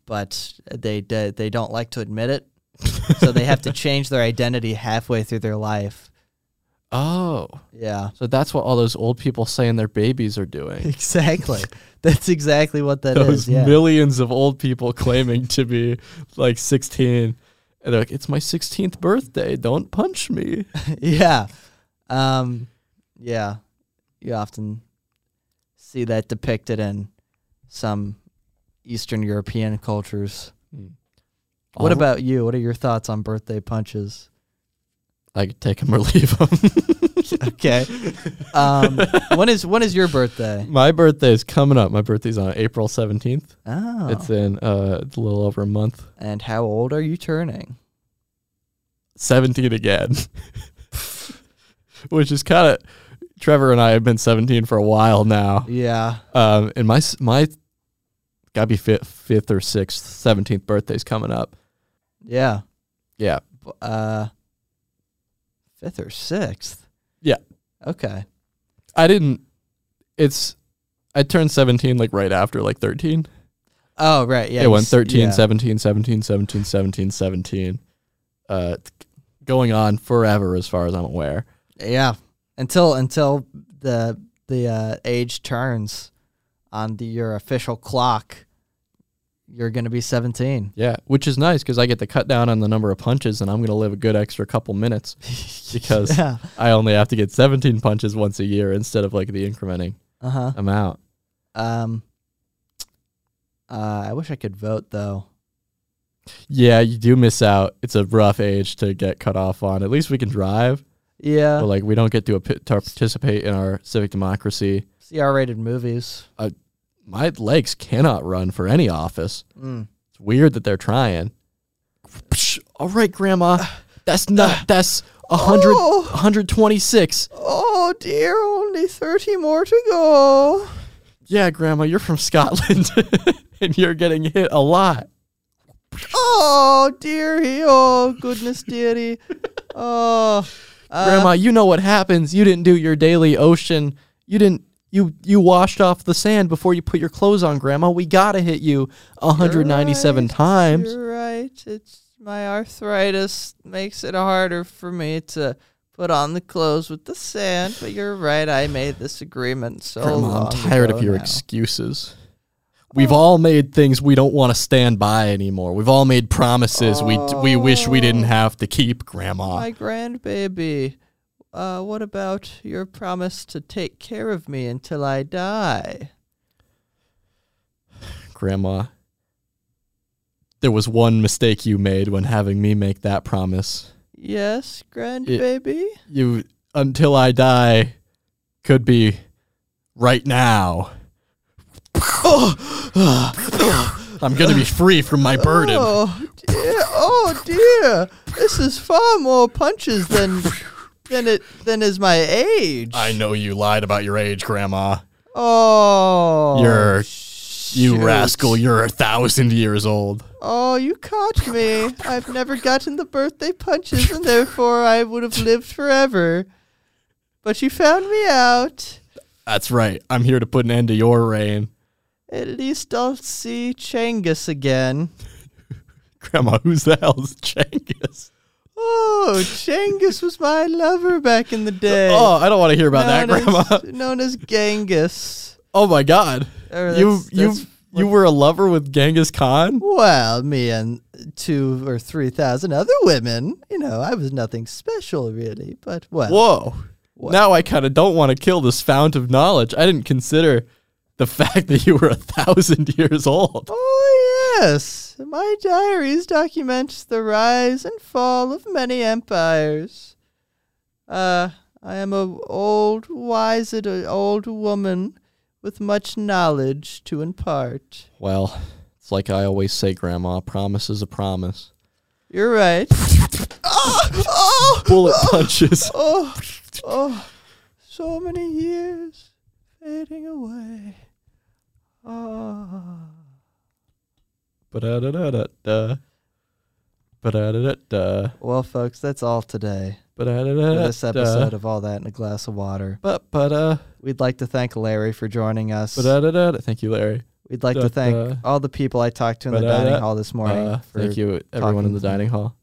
B: but they, they they don't like to admit it, so they [LAUGHS] have to change their identity halfway through their life.
A: Oh,
B: Yeah,
A: so that's what all those old people saying their babies are doing.
B: [LAUGHS] exactly. That's exactly what that
A: [LAUGHS]
B: is.
A: those
B: Yeah,
A: millions of old people claiming to be like 16 and they're like it's my 16th birthday don't punch
B: [LAUGHS]
A: me
B: [LAUGHS] yeah, um, yeah. You often see that depicted in some Eastern European cultures. Hmm. What
A: All-
B: about you? What are your thoughts on birthday punches?
A: i could take them or [LAUGHS] leave them [LAUGHS]
B: Okay. Um, when is when is your birthday?
A: my birthday is coming up my birthday's on april 17th
B: Oh.
A: it's in uh, it's a little over a month
B: and how old are you turning?
A: 17 again [LAUGHS] which is kind of trevor and i have been 17 for a while now
B: Yeah.
A: Um, and my s- my gotta be fifth, fifth or sixth, seventeenth birthday's coming up.
B: Yeah.
A: Yeah,
B: B- Uh Fifth or sixth?
A: Yeah.
B: Okay.
A: I didn't. It's. I turned 17 like right after like 13.
B: Oh, right. Yeah.
A: it
B: you
A: went
B: s-
A: 13,
B: yeah.
A: 17, 17, 17, 17, 17. Uh, t- going on forever as far as I'm aware.
B: Yeah. Until until the the uh, age turns on the, your official clock, you're going to be [LAUGHS] 17.
A: Yeah, which is nice because I get to cut down on the number of punches and I'm going to live a good extra couple minutes because
B: yeah.
A: I only have to get 17 punches once a year instead of like the incrementing
B: Uh huh.
A: amount.
B: Um. Uh, I wish I could vote though.
A: Yeah, you do miss out. It's a rough age to get cut off on. At least we can drive,
B: Yeah.
A: but like we don't get to, a, to participate in our civic democracy.
B: See R-rated movies.
A: My legs cannot run for any office.
B: Mm.
A: It's weird that they're trying. Psh, all right, Grandma. That's not. That's a hundred,
B: Oh.
A: 126.
B: Oh dear, only thirty more to go.
A: Yeah, Grandma, you're from Scotland, [LAUGHS] and you're getting hit a lot.
B: Oh dearie, oh goodness [LAUGHS] dearie. Oh,
A: Grandma, you know what happens. You didn't do your daily ocean. You didn't. You you washed off the sand before you put your clothes on, Grandma. We gotta hit you 197
B: right,
A: times.
B: You're right. It's my arthritis makes it harder for me to put on the clothes with the sand. But you're right. I made this agreement so
A: Grandma, I'm
B: long
A: tired of
B: ago
A: your
B: now. Oh.
A: excuses. We've all made things we don't want to stand by anymore. We've all made promises we we wish
B: Oh.
A: we didn't have to keep, Grandma.
B: My grandbaby, uh, what about your promise to take care of me until I die?
A: Grandma, there was one mistake you made when having me make that promise.
B: Yes, grandbaby?
A: You until I die could be right now. [SIGHS] I'm gonna be free from my burden.
B: Oh, dear. Oh, dear. This is far more punches than. Than it than is my age.
A: I know you lied about your age, Grandma.
B: Oh,
A: You're- You
B: shoot.
A: rascal, you're a thousand years old.
B: Oh, you caught me. I've never gotten the birthday punches, and therefore I would have lived forever. But you found me out.
A: That's right. I'm here to put an end to your reign.
B: At least I'll see Changus again.
A: Grandma, who's the hell's Genghis?
B: Oh, Changus was my lover back in the day.
A: Oh, I don't want to hear about that,
B: known
A: Grandma.
B: as- [LAUGHS] known as Genghis.
A: Oh my God,
B: Or
A: you
B: that's-
A: you
B: that's
A: you were a lover with Genghis Khan?
B: Well, me and two or three thousand other women. You know, I was nothing special really, but well.
A: Whoa! Now I kind of don't want to kill this fount of knowledge. I didn't consider the [LAUGHS] fact that you were a thousand [LAUGHS] years old.
B: Oh, yes. My diaries document the rise and fall of many empires. Uh, I am a old, wise, uh, old woman with much knowledge to impart.
A: Well, it's like I always say, Grandma. A promise is a promise.
B: You're right. [LAUGHS] oh, oh,
A: Bullet punches.
B: oh, oh, so many years [LAUGHS] fading away. Ah.
A: Ba-da-da-da-da-da. Ba-da-da-da-da.
B: Well, folks, that's all today for
A: Ba-da-da-da-da.
B: this episode of All That in a Glass of Water.
A: Ba-ba-da.
B: We'd like to thank Larry for joining us.
A: Ba-da-da-da. Thank you, Larry.
B: We'd like to
A: da-
B: thank
A: da.
B: all the people I talked to in the
A: Ba-da-da.
B: dining hall this morning.
A: Uh,
B: for,
A: thank you, everyone in
B: talking
A: the
B: to me.
A: dining hall.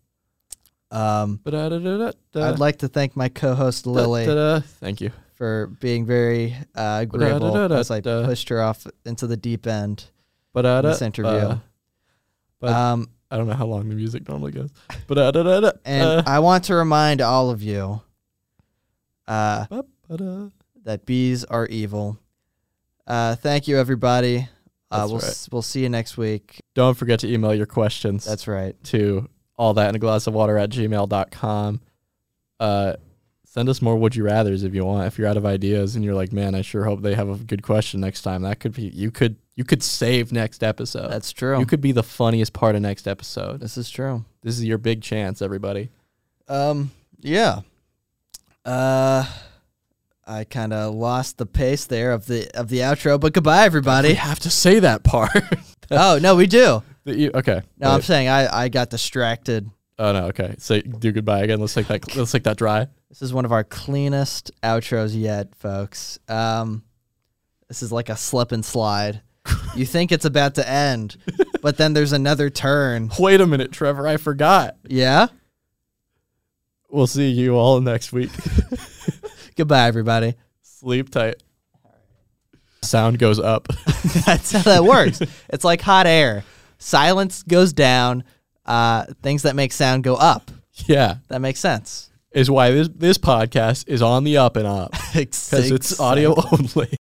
B: Um,
A: Uh,
B: I'd like to thank my co-host Lily
A: Thank you.
B: for being very uh, agreeable
A: Ba-da-da-da-da.
B: as I pushed her off into the deep end.
A: Ba-da-da,
B: this interview.
A: uh, uh, But-
B: Um,
A: I don't know how long the music normally goes. Ba-da-da-da-da,
B: and
A: uh,
B: I want to remind all of you uh,
A: ba-ba-da.
B: that bees are evil. Uh, thank you, everybody. Uh,
A: That's
B: we'll
A: right.
B: s- we'll see you next week.
A: Don't forget to email your questions
B: That's right.
A: to all that in a glass of water at gmail.com. Uh, send us more would you rathers if you want. If you're out of ideas and you're like, man, I sure hope they have a good question next time. That could be you could you could save next episode.
B: That's true.
A: Uh, you could be the funniest part of next episode.
B: this is true.
A: This is your big chance, everybody.
B: Um, yeah. Uh, I kind of lost the pace there of the of the outro, but goodbye,
A: We [LAUGHS]
B: everybody.
A: have to say that part.
B: oh no, we do.
A: [LAUGHS] That you- okay.
B: No, I'm
A: Wait.
B: saying I I got distracted
A: Oh no. Okay. Say do goodbye again. Let's take that. Let's take that dry.
B: This is one of our cleanest outros yet, folks. Um, this is like a slip and slide. you think it's about to end, but then there's another turn.
A: Wait a minute, Trevor. I forgot.
B: Yeah?
A: We'll see you all next week.
B: Goodbye, everybody. [LAUGHS]
A: Sleep tight. Sound goes up. [LAUGHS]
B: That's how that works. it's like hot air. Silence goes down. Uh, things that make sound go up.
A: yeah,
B: That makes sense.
A: is why this this podcast is on the up and up because it's audio only.